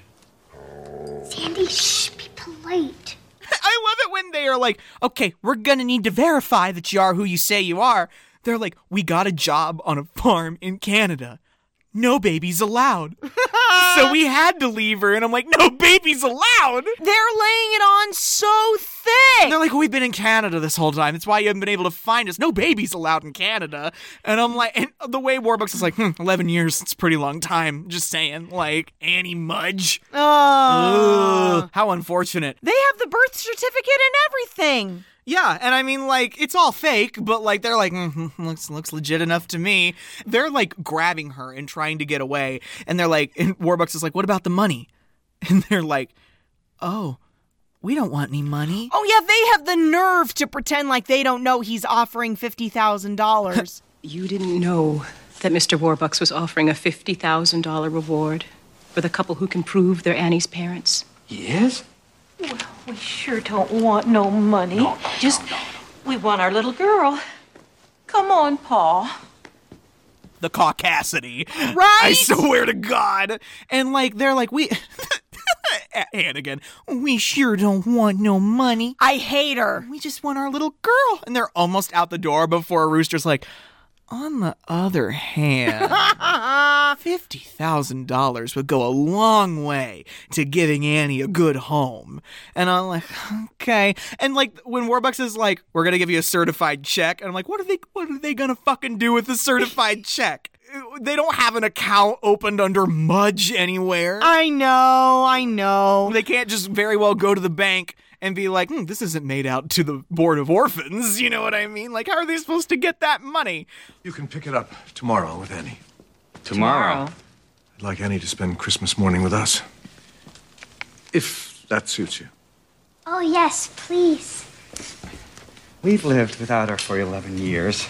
[SPEAKER 5] Sandy, shh, be polite.
[SPEAKER 3] I love it when they are like, "Okay, we're going to need to verify that you are who you say you are." They're like, "We got a job on a farm in Canada." No babies allowed. so we had to leave her, and I'm like, no babies allowed.
[SPEAKER 2] They're laying it on so thick.
[SPEAKER 3] And they're like, we've been in Canada this whole time. That's why you haven't been able to find us. No babies allowed in Canada. And I'm like, and the way Warbucks is like, hmm, 11 years, it's a pretty long time. Just saying, like, Annie Mudge.
[SPEAKER 2] oh.
[SPEAKER 3] Ugh, how unfortunate.
[SPEAKER 2] They have the birth certificate and everything.
[SPEAKER 3] Yeah, and I mean, like, it's all fake, but like, they're like, mm looks looks legit enough to me. They're like grabbing her and trying to get away, and they're like, and Warbucks is like, what about the money? And they're like, oh, we don't want any money.
[SPEAKER 2] Oh, yeah, they have the nerve to pretend like they don't know he's offering $50,000.
[SPEAKER 11] You didn't know that Mr. Warbucks was offering a $50,000 reward for the couple who can prove they're Annie's parents.
[SPEAKER 9] Yes?
[SPEAKER 7] We sure don't want no money. Just, we want our little girl. Come on, Paul.
[SPEAKER 3] the caucasity.
[SPEAKER 1] Right?
[SPEAKER 3] I swear to God. And like they're like we Hannigan, we sure don't want no money.
[SPEAKER 2] I hate her.
[SPEAKER 3] We just want our little girl. And they're almost out the door before Rooster's like, on the other hand, $50,000 would go a long way to giving Annie a good home. And I'm like, okay. And like when Warbucks is like, we're going to give you a certified check. And I'm like, what are they, what are they going to fucking do with the certified check? They don't have an account opened under Mudge anywhere.
[SPEAKER 2] I know, I know.
[SPEAKER 3] They can't just very well go to the bank and be like, hmm, this isn't made out to the Board of Orphans. You know what I mean? Like, how are they supposed to get that money?
[SPEAKER 6] You can pick it up tomorrow with Annie.
[SPEAKER 16] Tomorrow?
[SPEAKER 6] I'd like Annie to spend Christmas morning with us. If that suits you.
[SPEAKER 5] Oh, yes, please.
[SPEAKER 16] We've lived without her for 11 years.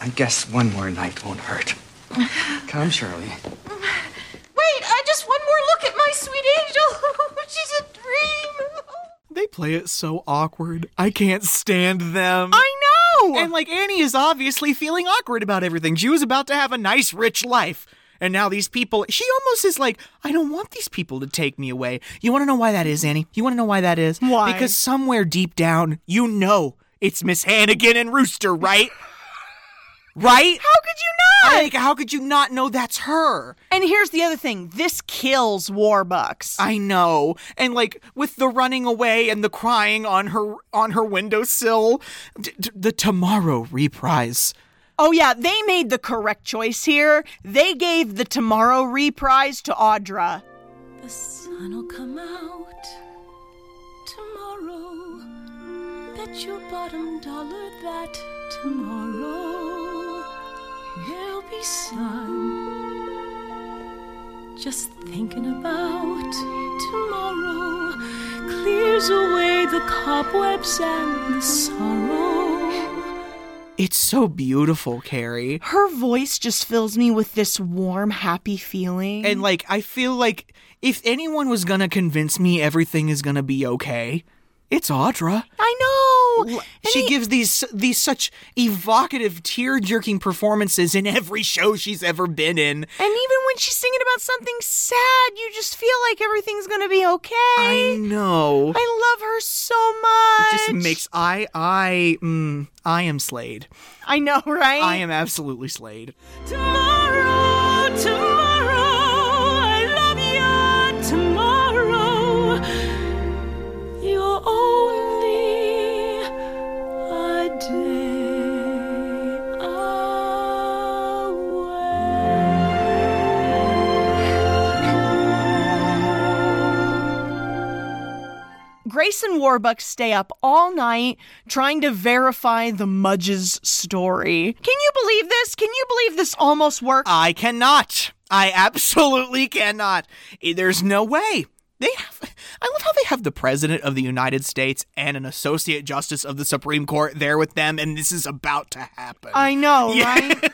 [SPEAKER 16] I guess one more night won't hurt. Come, Shirley.
[SPEAKER 8] Wait, I just one more look at my sweet angel. She's a dream.
[SPEAKER 3] They play it so awkward. I can't stand them.
[SPEAKER 2] I know!
[SPEAKER 3] And like Annie is obviously feeling awkward about everything. She was about to have a nice, rich life. And now these people, she almost is like, I don't want these people to take me away. You want to know why that is, Annie? You want to know why that is?
[SPEAKER 2] Why?
[SPEAKER 3] Because somewhere deep down, you know it's Miss Hannigan and Rooster, right? right?
[SPEAKER 2] How could you not?
[SPEAKER 3] Like, how could you not know that's her?
[SPEAKER 2] And here's the other thing this kills Warbucks.
[SPEAKER 3] I know. And like with the running away and the crying on her on her windowsill, d- d- the tomorrow reprise.
[SPEAKER 2] Oh, yeah, they made the correct choice here. They gave the Tomorrow reprise to Audra.
[SPEAKER 10] The sun'll come out tomorrow. Bet your bottom dollar that tomorrow there'll be sun. Just thinking about tomorrow clears away the cobwebs and the sorrow.
[SPEAKER 3] It's so beautiful, Carrie.
[SPEAKER 2] Her voice just fills me with this warm, happy feeling.
[SPEAKER 3] And like I feel like if anyone was going to convince me everything is going to be okay, it's Audra.
[SPEAKER 2] I know. And e
[SPEAKER 3] she
[SPEAKER 2] he-
[SPEAKER 3] gives these these such evocative, tear-jerking performances in every show she's ever been in.
[SPEAKER 2] And even when she's singing about something sad, you just feel like everything's gonna be okay.
[SPEAKER 3] I know.
[SPEAKER 2] I love her so much.
[SPEAKER 3] It just makes I I mm, I am Slade.
[SPEAKER 2] I know, right?
[SPEAKER 3] I am absolutely Slade.
[SPEAKER 10] Tomorrow, tomorrow, I love you tomorrow. You're only a day
[SPEAKER 2] Grace and Warbucks stay up all night trying to verify the Mudge's story. Can you believe this? Can you believe this almost worked?
[SPEAKER 3] I cannot. I absolutely cannot. Eh, There's no way. They have I love how they have the president of the United States and an associate justice of the Supreme Court there with them and this is about to happen.
[SPEAKER 2] I know, right?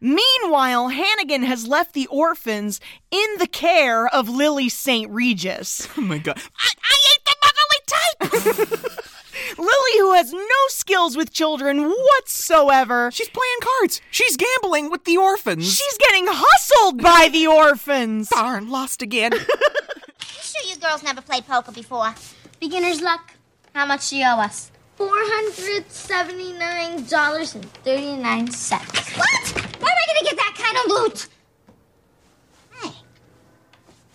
[SPEAKER 2] Meanwhile, Hannigan has left the orphans in the care of Lily St. Regis.
[SPEAKER 3] oh my
[SPEAKER 10] I,
[SPEAKER 3] god.
[SPEAKER 10] I ain't the motherly type.
[SPEAKER 2] Lily, who has no skills with children whatsoever,
[SPEAKER 3] She's playing cards. She's gambling with the orphans.
[SPEAKER 2] she's getting hustled by the orphans.
[SPEAKER 3] darn lost again.
[SPEAKER 5] I'm sure you girls never played poker before. Beginner's luck. How much do you owe us? $479.39. What? Where am I gonna get that kind of loot? Hey.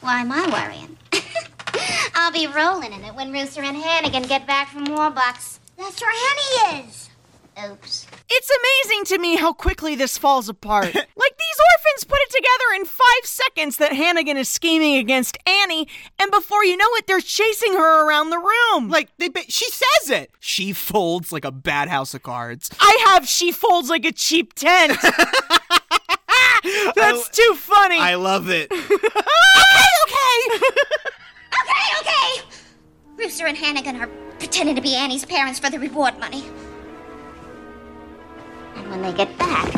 [SPEAKER 5] Why am I worrying? I'll be rolling in it when Rooster and Hannigan get back from Warbucks. That's where Henny is. Oops.
[SPEAKER 2] It's amazing to me how quickly this falls apart. like these orphans put it together in five seconds that Hannigan is scheming against Annie, and before you know it, they're chasing her around the room.
[SPEAKER 3] like they ba- she says it. She folds like a bad house of cards.
[SPEAKER 2] I have she folds like a cheap tent. That's too funny.
[SPEAKER 3] I love it.
[SPEAKER 2] okay, okay.
[SPEAKER 5] Okay, okay. Rooster and Hannigan are pretending to be Annie's parents for the reward money. And when they get back,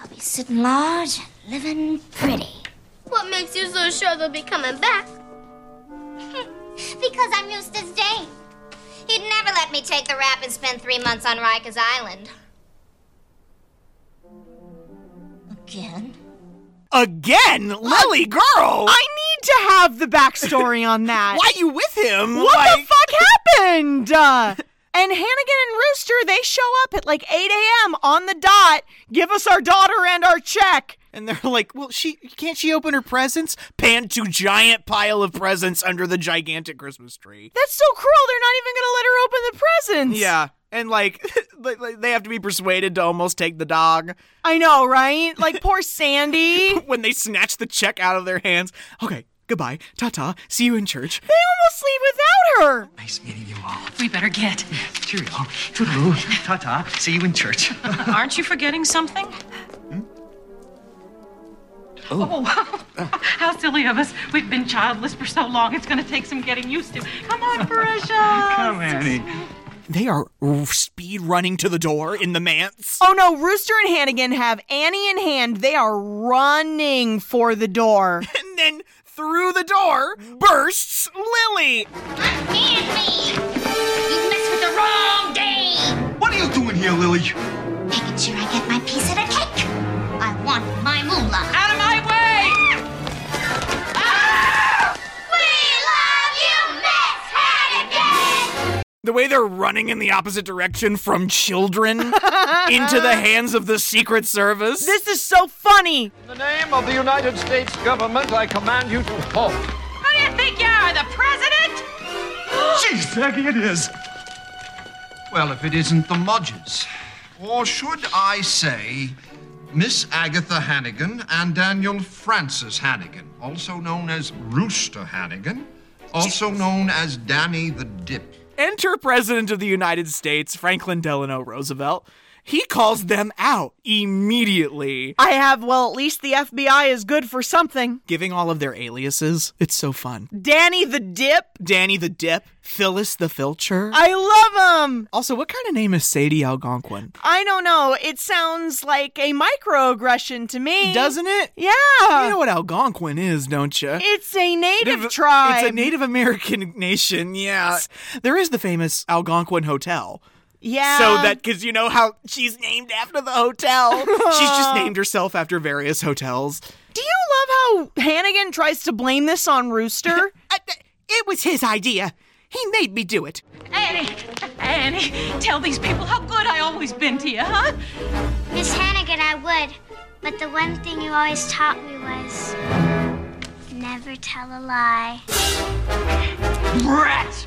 [SPEAKER 5] I'll be sitting large and living pretty. What makes you so sure they'll be coming back? because I'm Rooster's date. He'd never let me take the rap and spend three months on Rikers Island.
[SPEAKER 3] Again, Lily girl. I
[SPEAKER 2] need to have the backstory on that.
[SPEAKER 3] Why you with him?
[SPEAKER 2] What the
[SPEAKER 3] Like-
[SPEAKER 2] fuck happened? Uh, and Hannigan and Rooster, they show up at like 8 a.m. on the dot. Give us our daughter and our check.
[SPEAKER 3] And they're like, well, she can't she open her presents? Pan to giant pile of presents under the gigantic Christmas tree.
[SPEAKER 2] That's so cruel. They're not even gonna let her open the presents.
[SPEAKER 3] Yeah, and like, like- like, they have to be persuaded to almost take the dog
[SPEAKER 2] I know, right? Like poor Sandy.
[SPEAKER 3] when they snatch the check out of their hands. Okay, goodbye, ta ta. See you in church.
[SPEAKER 2] They almost leave without her.
[SPEAKER 16] Nice meeting you all.
[SPEAKER 13] We better get.
[SPEAKER 16] Cheerio. Toodaloo. Ta-ta. See you in church.
[SPEAKER 11] Aren't you forgetting something?
[SPEAKER 16] Oh.
[SPEAKER 11] wow. How silly of us. We've been childless for so long, it's going to take some getting used to. Come on, precious.
[SPEAKER 2] Oh,
[SPEAKER 11] Come,
[SPEAKER 16] Annie.
[SPEAKER 3] They are r- speed running to the door in the manse.
[SPEAKER 2] Oh no, Rooster and Hannigan have Annie in hand. They are running for the door.
[SPEAKER 3] And then through the door bursts Lily.
[SPEAKER 5] Hand me! You messed with the wrong day!
[SPEAKER 14] What are you doing here, Lily?
[SPEAKER 5] Making sure I get my piece of the cake! I want my moolah!
[SPEAKER 8] Out of my way!
[SPEAKER 5] We love you, Miss Hannigan!
[SPEAKER 3] The way they're running in the opposite direction from children into the hands of the Secret Service.
[SPEAKER 2] This is so funny.
[SPEAKER 14] In the name of the United States government, I command you to halt.
[SPEAKER 7] Who do you think you are, the president?
[SPEAKER 14] Jeez, Peggy, it is. Well, if it isn't the Mudges. Or should I say, Miss Agatha Hannigan and Daniel Francis Hannigan, also known as Rooster Hannigan, also known as Danny the Dip.
[SPEAKER 3] Enter President of the United States, Franklin Delano Roosevelt. He calls them out immediately,
[SPEAKER 2] I have, well, at least the FBI is good for something.
[SPEAKER 3] giving all of their aliases. It's so fun.
[SPEAKER 2] Danny the Dip.
[SPEAKER 3] Danny the Dip, Phyllis the Filcher.
[SPEAKER 2] I love him.
[SPEAKER 3] also, what kind of name is Sadie Algonquin?
[SPEAKER 2] I don't know. It sounds like a microaggression to me.
[SPEAKER 3] Doesn't it?
[SPEAKER 2] Yeah.
[SPEAKER 3] You know what Algonquin is, don't you?
[SPEAKER 2] It's a native
[SPEAKER 3] Native-
[SPEAKER 2] tribe.
[SPEAKER 3] It's a Native American nation, yeah. There is the famous Algonquin Hotel.
[SPEAKER 2] Yeah.
[SPEAKER 3] So that, because you know how she's named after the hotel.
[SPEAKER 2] Oh.
[SPEAKER 3] she's just named herself after various hotels.
[SPEAKER 2] Do you love how Hannigan tries to blame this on Rooster?
[SPEAKER 3] It was his idea. He made me do it.
[SPEAKER 11] Annie, Annie, tell these people how good I always been to you, huh?
[SPEAKER 5] Miss Hannigan, I would, but the one thing you always taught me was never tell a lie.
[SPEAKER 11] Brat!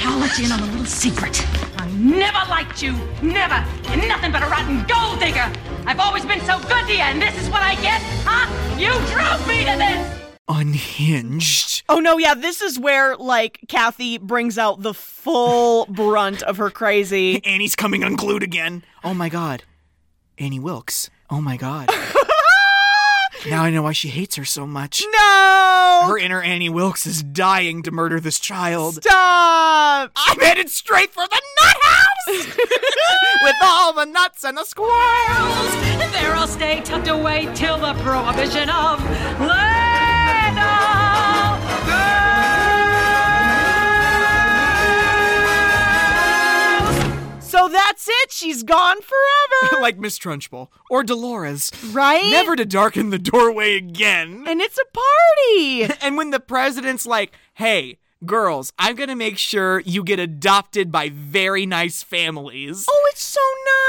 [SPEAKER 11] I'll let you in on a little secret. I never liked you, never. You're nothing but a rotten gold digger. I've always been so good to you, and this is what I get, huh? You drove me to this.
[SPEAKER 3] Unhinged.
[SPEAKER 2] Oh no, yeah, this is where like Kathy brings out the full brunt of her crazy.
[SPEAKER 3] Annie's coming unglued again. Oh my god. Annie Wilkes. Oh my god. now I know why she hates her so much.
[SPEAKER 2] No!
[SPEAKER 3] Her inner Annie Wilkes is dying to murder this child.
[SPEAKER 2] Stop!
[SPEAKER 3] I'm headed straight for the nut house! With all the nuts and the squirrels!
[SPEAKER 11] There I'll stay tucked away till the prohibition of Leno.
[SPEAKER 2] So that's it. She's gone forever.
[SPEAKER 3] like Miss Trunchbull or Dolores.
[SPEAKER 2] right?
[SPEAKER 3] Never to darken the doorway again.
[SPEAKER 2] And it's a party.
[SPEAKER 3] And when the president's like, hey, girls, I'm going to make sure you get adopted by very nice families.
[SPEAKER 2] oh, it's so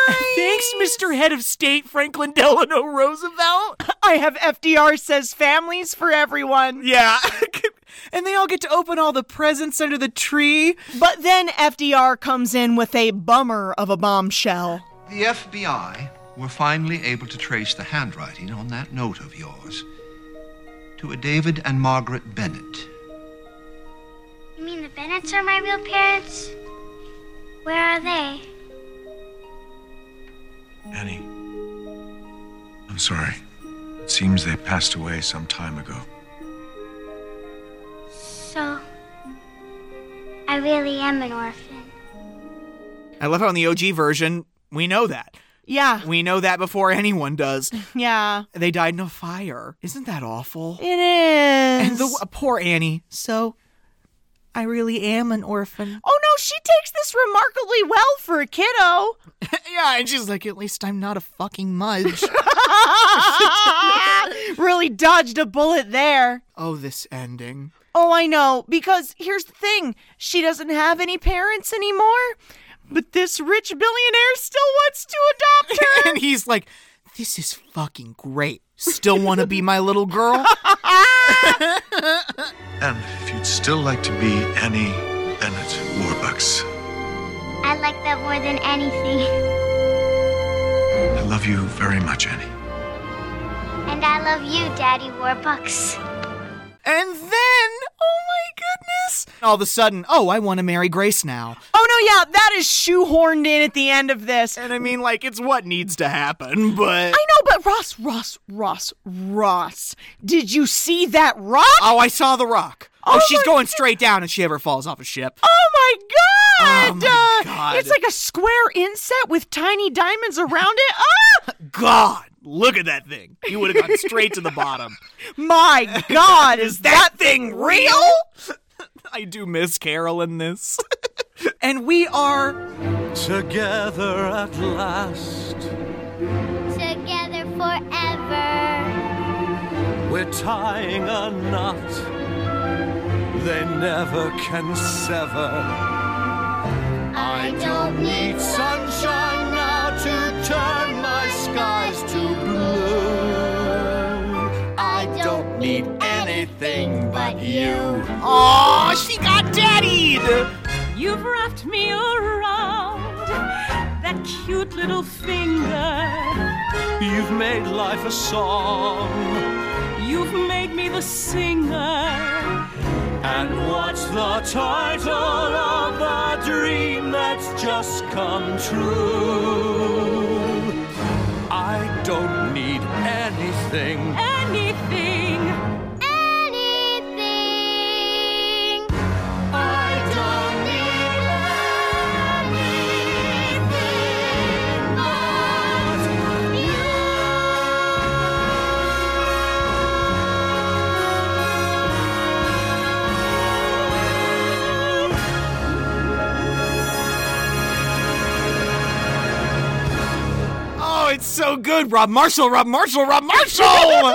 [SPEAKER 2] nice.
[SPEAKER 3] Thanks, Mr. Head of State Franklin Delano Roosevelt.
[SPEAKER 2] I have FDR says families for everyone.
[SPEAKER 3] Yeah. and they all get to open all the presents under the tree.
[SPEAKER 2] But then FDR comes in with a bummer of a bombshell.
[SPEAKER 6] The FBI were finally able to trace the handwriting on that note of yours to a David and Margaret Bennett.
[SPEAKER 5] You mean the Bennets are my real parents? Where are they?
[SPEAKER 14] Annie, I'm sorry. It seems they passed away some time ago.
[SPEAKER 5] So, I really am an orphan.
[SPEAKER 3] I love how in the OG version, we know that.
[SPEAKER 2] Oh. Yeah.
[SPEAKER 3] We know that before anyone does.
[SPEAKER 2] Yeah.
[SPEAKER 3] They died in a fire. Isn't that awful?
[SPEAKER 2] It is.
[SPEAKER 3] And the uh, poor Annie. So, I really am an orphan.
[SPEAKER 2] Oh no, know, she takes this remarkably well for a kiddo.
[SPEAKER 3] yeah, and she's like, at least I'm not a fucking mudge.
[SPEAKER 2] really dodged a bullet there.
[SPEAKER 3] oh, this ending.
[SPEAKER 2] Oh, I know, because here's the thing she doesn't have any parents anymore, but this rich billionaire still wants to adopt her.
[SPEAKER 3] and he's like, this is fucking great. Still want to be my little girl?
[SPEAKER 20] And if you'd still like to be Annie Bennett Warbucks,
[SPEAKER 5] I like that more than anything.
[SPEAKER 20] I love you very much, Annie.
[SPEAKER 5] And I love you, Daddy Warbucks.
[SPEAKER 3] And then, oh my goodness. All of a sudden, oh, I want to marry Grace now.
[SPEAKER 2] Oh, no, yeah, that is shoehorned in at the end of this. And
[SPEAKER 3] I mean, like, it's what needs to happen, but.
[SPEAKER 2] I know, but Ross, Ross, Ross, Ross. Did you see that rock?
[SPEAKER 3] Oh, I saw the rock. Oh,
[SPEAKER 2] Oh
[SPEAKER 3] she's
[SPEAKER 2] my
[SPEAKER 3] going straight down if she ever falls off a ship.
[SPEAKER 2] Oh my god!
[SPEAKER 3] Oh
[SPEAKER 2] Uh,
[SPEAKER 3] my God.
[SPEAKER 2] It's like a square inset with tiny diamonds around it. Ah!
[SPEAKER 3] God, look at that thing. You would have gone straight to the bottom.
[SPEAKER 2] My god, is that thing real?
[SPEAKER 3] I do miss Carol in this. and we are.
[SPEAKER 18] Together at last,
[SPEAKER 5] Together forever.
[SPEAKER 18] we're tying a knot they never can sever.
[SPEAKER 5] I don't need
[SPEAKER 18] sunshine now to turn my skies to blue. I don't need anything but you.
[SPEAKER 3] Aw, she got daddied!
[SPEAKER 10] You've wrapped me around that cute little finger.
[SPEAKER 18] You've made life a song,
[SPEAKER 10] You've made me the singer.
[SPEAKER 18] and what's the title of the dream that's just come true? I don't need anything.
[SPEAKER 10] Anything.
[SPEAKER 5] Anything.
[SPEAKER 10] I don't need anything but
[SPEAKER 3] Oh, it's so good, Rob Marshall, Rob Marshall, Rob Marshall!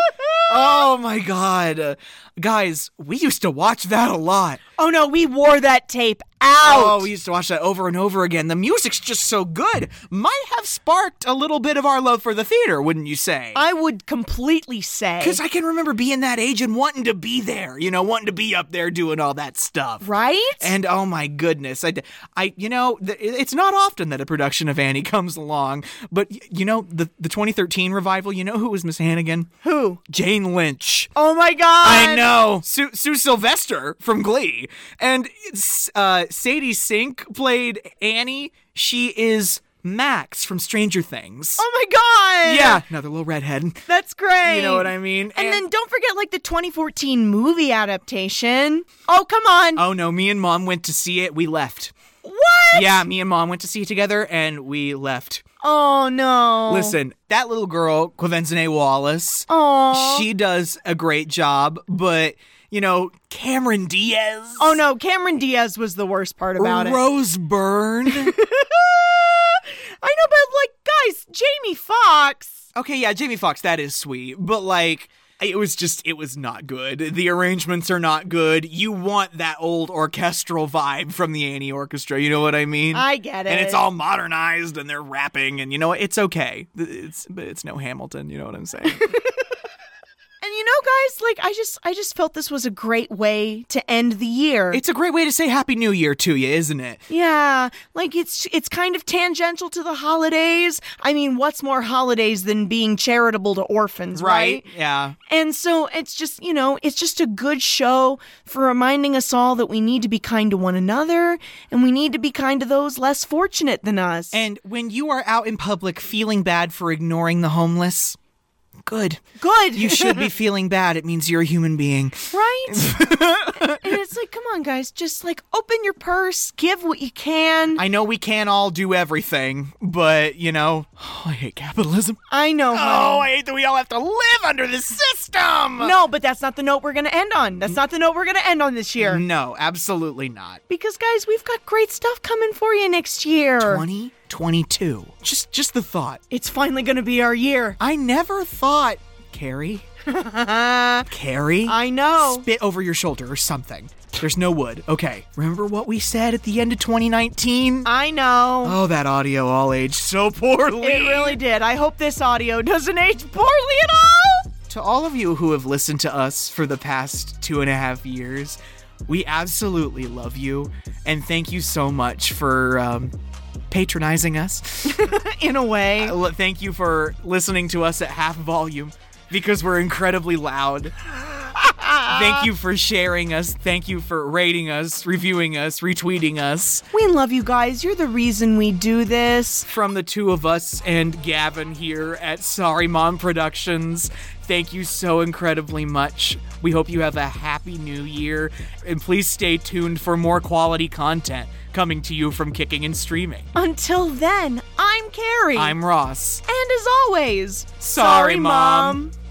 [SPEAKER 3] oh my god. Uh, Guys, we used to watch that a lot.
[SPEAKER 2] Oh no, we wore that tape out.
[SPEAKER 3] Oh, we used to watch that over and over again. The music's just so good. Might have sparked a little bit of our love for the theater, wouldn't you say?
[SPEAKER 2] I would completely say.
[SPEAKER 3] Because I can remember being that age and wanting to be there, you know, wanting to be up there doing all that stuff.
[SPEAKER 2] Right?
[SPEAKER 3] And oh my goodness, I, d- I- you know, th- it's not often that a production of Annie comes along, but y- you know, the, the 2013 revival, you know who was Miss Hannigan?
[SPEAKER 2] Who?
[SPEAKER 3] Jane Lynch.
[SPEAKER 2] Oh my god.
[SPEAKER 3] I know. Sue, Sue Sylvester from Glee. And it's, uh, Sadie Sink played Annie. She is Max from Stranger Things.
[SPEAKER 2] Oh my god.
[SPEAKER 3] yeah, another little redhead.
[SPEAKER 2] That's great.
[SPEAKER 3] You know what I mean?
[SPEAKER 2] And, then don't forget like the 2014 movie adaptation. Oh, come on.
[SPEAKER 3] Oh no, me and mom went to see it. We left.
[SPEAKER 2] What?
[SPEAKER 3] Yeah, me and mom went to see it together and we left.
[SPEAKER 2] Oh no.
[SPEAKER 3] Listen, that little girl, Quavenzine Wallace,
[SPEAKER 2] Aw.
[SPEAKER 3] she does a great job, but you know, Cameron Diaz,
[SPEAKER 2] Oh no, Cameron Diaz was the worst part about it.
[SPEAKER 3] Rose Byrne.
[SPEAKER 2] I know, but like, guys, Jamie Fox.
[SPEAKER 3] okay, yeah, Jamie Foxx, that is sweet, but like it was just it was not good. The arrangements are not good. You want that old orchestral vibe from the Annie Orchestra, you know what I mean?
[SPEAKER 2] I get it.
[SPEAKER 3] And it's all modernized and they're rapping and you know what? It's okay. Th- It's but it's no Hamilton, you know what I'm saying?
[SPEAKER 2] And you know, guys, like I just, I just felt this was a great way to end the year.
[SPEAKER 3] it's a great way to say happy new year to you, isn't it?
[SPEAKER 2] yeah, like it's, it's kind of tangential to the holidays. I mean, what's more holidays than being charitable to orphans, right?
[SPEAKER 3] Yeah.
[SPEAKER 2] And so it's just, you know, it's just a good show for reminding us all that we need to be kind to one another and we need to be kind to those less fortunate than us.
[SPEAKER 3] And when you are out in public feeling bad for ignoring the homeless, Good.
[SPEAKER 2] Good.
[SPEAKER 3] You should be feeling bad. It means you're a human being.
[SPEAKER 2] Right? and it's like, come on, guys, just like open your purse, give what you can.
[SPEAKER 3] I know we can't all do everything, but you know, I hate capitalism.
[SPEAKER 2] I know.
[SPEAKER 3] Oh, I hate that we all have to live under this system.
[SPEAKER 2] Uh-huh. No, but that's not the note we're going to end on. That's not the note we're going to end on this year.
[SPEAKER 3] No, absolutely not.
[SPEAKER 2] Because, guys, we've got great stuff coming for you next year.
[SPEAKER 3] 2022. Just just the thought.
[SPEAKER 2] It's finally going to be our year.
[SPEAKER 3] I never thought, Carrie. Carrie?
[SPEAKER 2] I know.
[SPEAKER 3] Spit over your shoulder or something. There's no wood. Okay. Remember what we said at the end of 2019?
[SPEAKER 2] I know.
[SPEAKER 3] Oh, that audio all aged so poorly.
[SPEAKER 2] It really did. I hope this audio doesn't age poorly at all.
[SPEAKER 3] To all of you who have listened to us for the past two and a half years, we absolutely love you. And thank you so much for um, patronizing us.
[SPEAKER 2] In a way.
[SPEAKER 3] Uh, thank you for listening to us at half volume because we're incredibly loud. Thank you for sharing us. Thank you for rating us, reviewing us, retweeting us.
[SPEAKER 2] We love you guys. You're the reason we do this.
[SPEAKER 3] From the two of us and Gavin here at Sorry Mom Productions, thank you so incredibly much. We hope you have a happy new year, and please stay tuned for more quality content coming to you from Kicking and Streaming.
[SPEAKER 2] Until then, I'm Carrie.
[SPEAKER 3] I'm Ross.
[SPEAKER 2] And as always,
[SPEAKER 3] sorry, Mom. Mom.